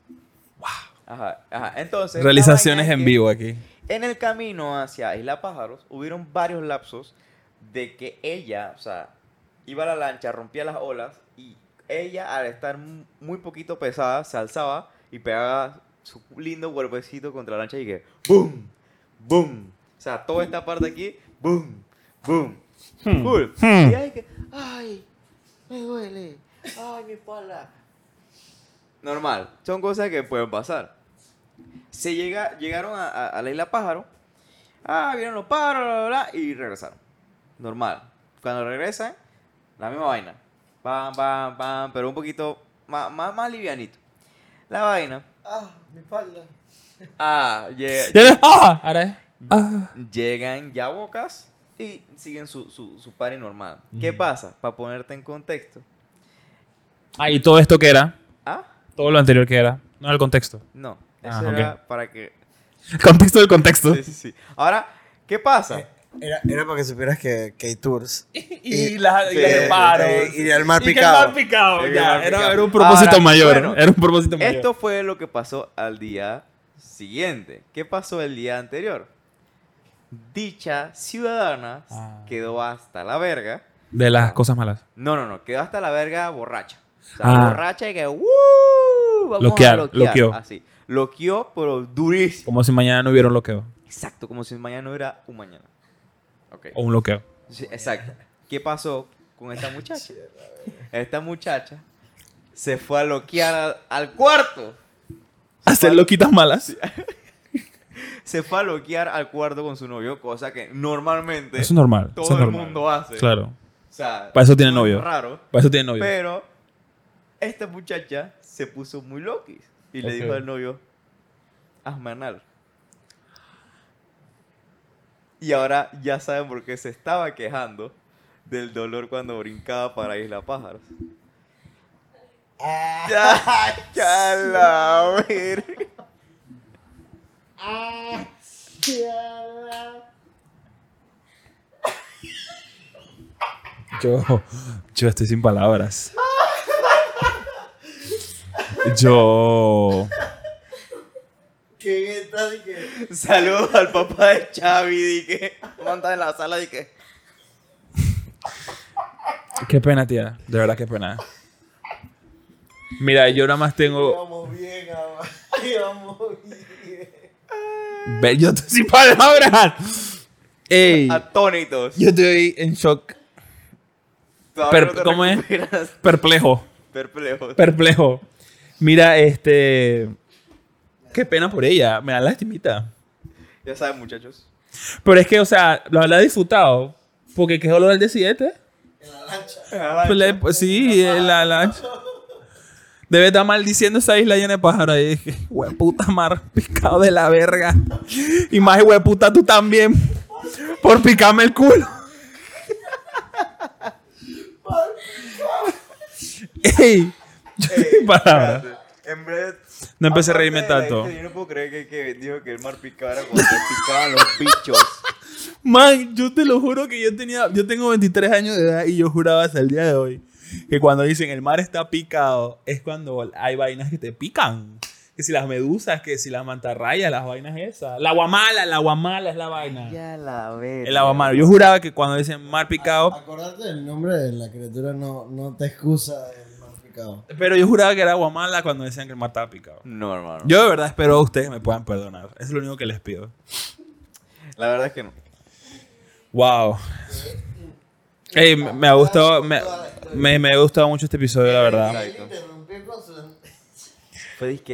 Ajá, ajá. Entonces. Realizaciones la vaina en es que vivo aquí. En el camino hacia Isla Pájaros hubieron varios lapsos de que ella, o sea, iba a la lancha, rompía las olas y ella al estar mu- muy poquito pesada se alzaba y pegaba su lindo cuerpecito contra la lancha y que ¡boom! ¡boom! O sea, toda esta parte aquí ¡boom! ¡boom! Cool. Y ahí que ¡ay! Me duele. ¡Ay, mi espalda! Normal. Son cosas que pueden pasar. Se llega, llegaron a, a- a la isla Pájaro. Ah, vieron los pájaros, bla, bla, bla, y regresaron. Normal. Cuando regresan, la misma vaina. Pam, pam, pam, pero un poquito más, más, más livianito. La vaina. Ah, mi espalda. Ah, lle- Ya no- ¡Ah! Ahora es- ah. llegan ya bocas y siguen su, su, su party normal. ¿Qué Ujú. pasa? Para ponerte en contexto. Ah, y todo esto que era. Ah, Todo lo anterior que era. No era el contexto. no. Eso Ah, era para que. El contexto del contexto. Sí, sí, sí. Ahora, ¿qué Eh, pasa? Era, era para que supieras que, que hay tours. Y las y las reparos. Y el mar el picado. mar picado. Sí, el ya, mar era, picado. era un propósito Ahora, mayor. bueno, era un propósito mayor. Esto fue lo que pasó al día siguiente. ¿Qué pasó el día anterior? Dicha ciudadana Ah. quedó hasta la verga. De las cosas malas. No, no, no, quedó hasta la verga borracha. O sea, Ah. borracha y que ¡uh! Vamos Loquear, a bloquear. loqueó. Así. Loqueó, pero durísimo. Como si mañana no hubiera un loqueo. Exacto, como si mañana no era un mañana. Ok. O un loqueo. Sí, exacto. ¿Qué pasó con esta muchacha? Esta muchacha se fue a loquear al- al cuarto. Hacer loquitas malas. se fue a loquear al cuarto con su novio, cosa que normalmente Eso es normal. eso todo es el normal. mundo hace. Claro. O sea, Para eso tiene no es novio. Raro. Para eso tiene novio. Pero esta muchacha se puso muy loquis y le Ok. dijo al novio, hazme anal". Y ahora ya saben por qué se estaba quejando del dolor cuando brincaba para Isla Pájaros. Ah, ¡Ya! ya la verga. Ah, Yo, yo estoy sin palabras. Yo. que esta de que. Saludos al papá de Xavi, dije. Manda en la sala, dije. Qué pena, tía. De verdad, qué pena. Mira, yo nada más tengo. Vamos bien, ahora. Vamos bien. Ve, Yo estoy sin palabras. Ey. Atónitos. Yo estoy en shock. Todavía per- te ¿cómo es? recuperas. Perplejo. Perplejos. Perplejo. Mira, este. Qué pena por ella. Me da lastimita. ya saben, muchachos. Pero es que, o sea, lo habrá disfrutado. Porque qué dolor el de siete. Ah, Pues le- pues sí, eh, la lancha. Debe estar maldiciendo esa isla llena de pájaros. Y dije, hueputa mar, picado de la verga. Y más hueputa tú también. Por picarme el culo. Ey, yo sin palabras. Espérate. En breve. No empecé a reírme Aparte de la tanto. gente, Yo no puedo creer que, que dijo que el mar picaba era cuando te picaban los bichos. Man, yo te lo juro que yo tenía, yo tengo 23 años de edad y yo juraba hasta el día de hoy que cuando dicen el mar está picado es cuando hay vainas que te pican. Que si las medusas, que si las mantarrayas, las vainas esas. La guamala, la guamala es la vaina. Ya la ves. El aguamala. Yo juraba que cuando dicen mar picado, Acordarte del nombre de la criatura no, no te excusa del mar picado. pero yo juraba que era guamala cuando decían que el mar estaba picado. No, hermano. Yo de verdad espero ustedes me puedan perdonar. Es lo único que les pido. La verdad es que no. Wow. Ey, me, me ha gustado, me, me, me ha gustado mucho este episodio, la verdad. Exacto. que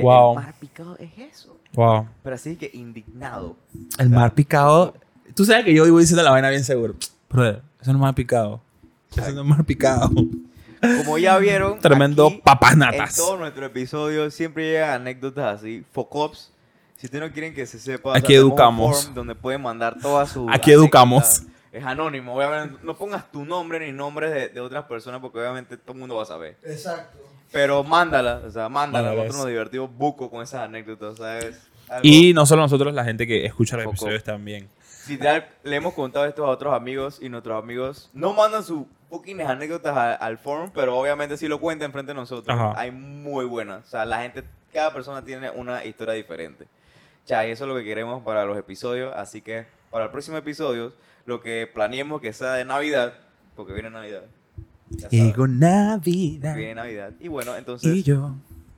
Wow. el más picado es eso. Wow. Pero así que indignado. El mar picado. Tú sabes que yo vivo diciendo la vaina bien seguro. Pero eso no es mar picado. Eso no es mar picado. Como ya vieron. Tremendo aquí, papas En natas. todo nuestro episodio siempre llegan anécdotas así, focops. Si ustedes no quieren que se sepa, Aquí tenemos un educamos. form donde pueden mandar todas sus. Aquí educamos. anécdotas. Es anónimo, obviamente. No pongas tu nombre ni nombres de, de otras personas porque obviamente todo el mundo va a saber. Exacto. Pero mándala, o sea, mándala. Mándala, Nosotros nos es. divertimos buco con esas anécdotas, ¿sabes? Algo- Y no solo nosotros, la gente que escucha los Poco. episodios también. Literal, le hemos contado esto a otros amigos y nuestros amigos no mandan sus fucking anécdotas a- al forum, pero obviamente sí lo cuentan frente a nosotros. Ajá. Hay muy buenas. O sea, la gente, cada persona tiene una historia diferente. Ya, y eso es lo que queremos para los episodios. Así que para el próximo episodio, lo que planeemos que sea de Navidad, porque viene Navidad. ya saben, Navidad. Viene Navidad. Y bueno, entonces Y yo.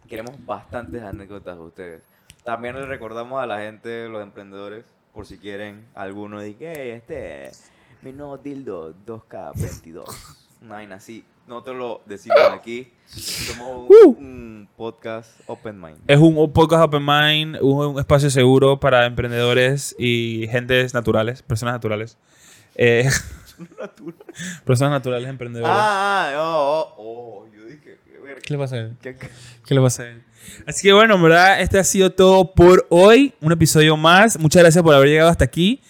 queremos bastantes anécdotas de ustedes. También les recordamos a la gente, los emprendedores, por si quieren alguno, de que "Hey, este es mi nuevo dildo 2K22. Una vaina así. Nosotros lo decimos aquí. Somos un, un podcast open mind. Es un podcast open mind, un, un espacio seguro para emprendedores y gentes naturales, personas naturales. Eh, personas naturales, emprendedores. Ah, ah, oh, oh, oh, yo dije, qué verga. ¿Qué le pasa a él? Qué- qué- ¿Qué le pasa a él? Así que bueno, en verdad, este ha sido todo por hoy. Un episodio más. Muchas gracias por haber llegado hasta aquí.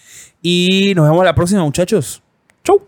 Y nos vemos la próxima, muchachos. Chau.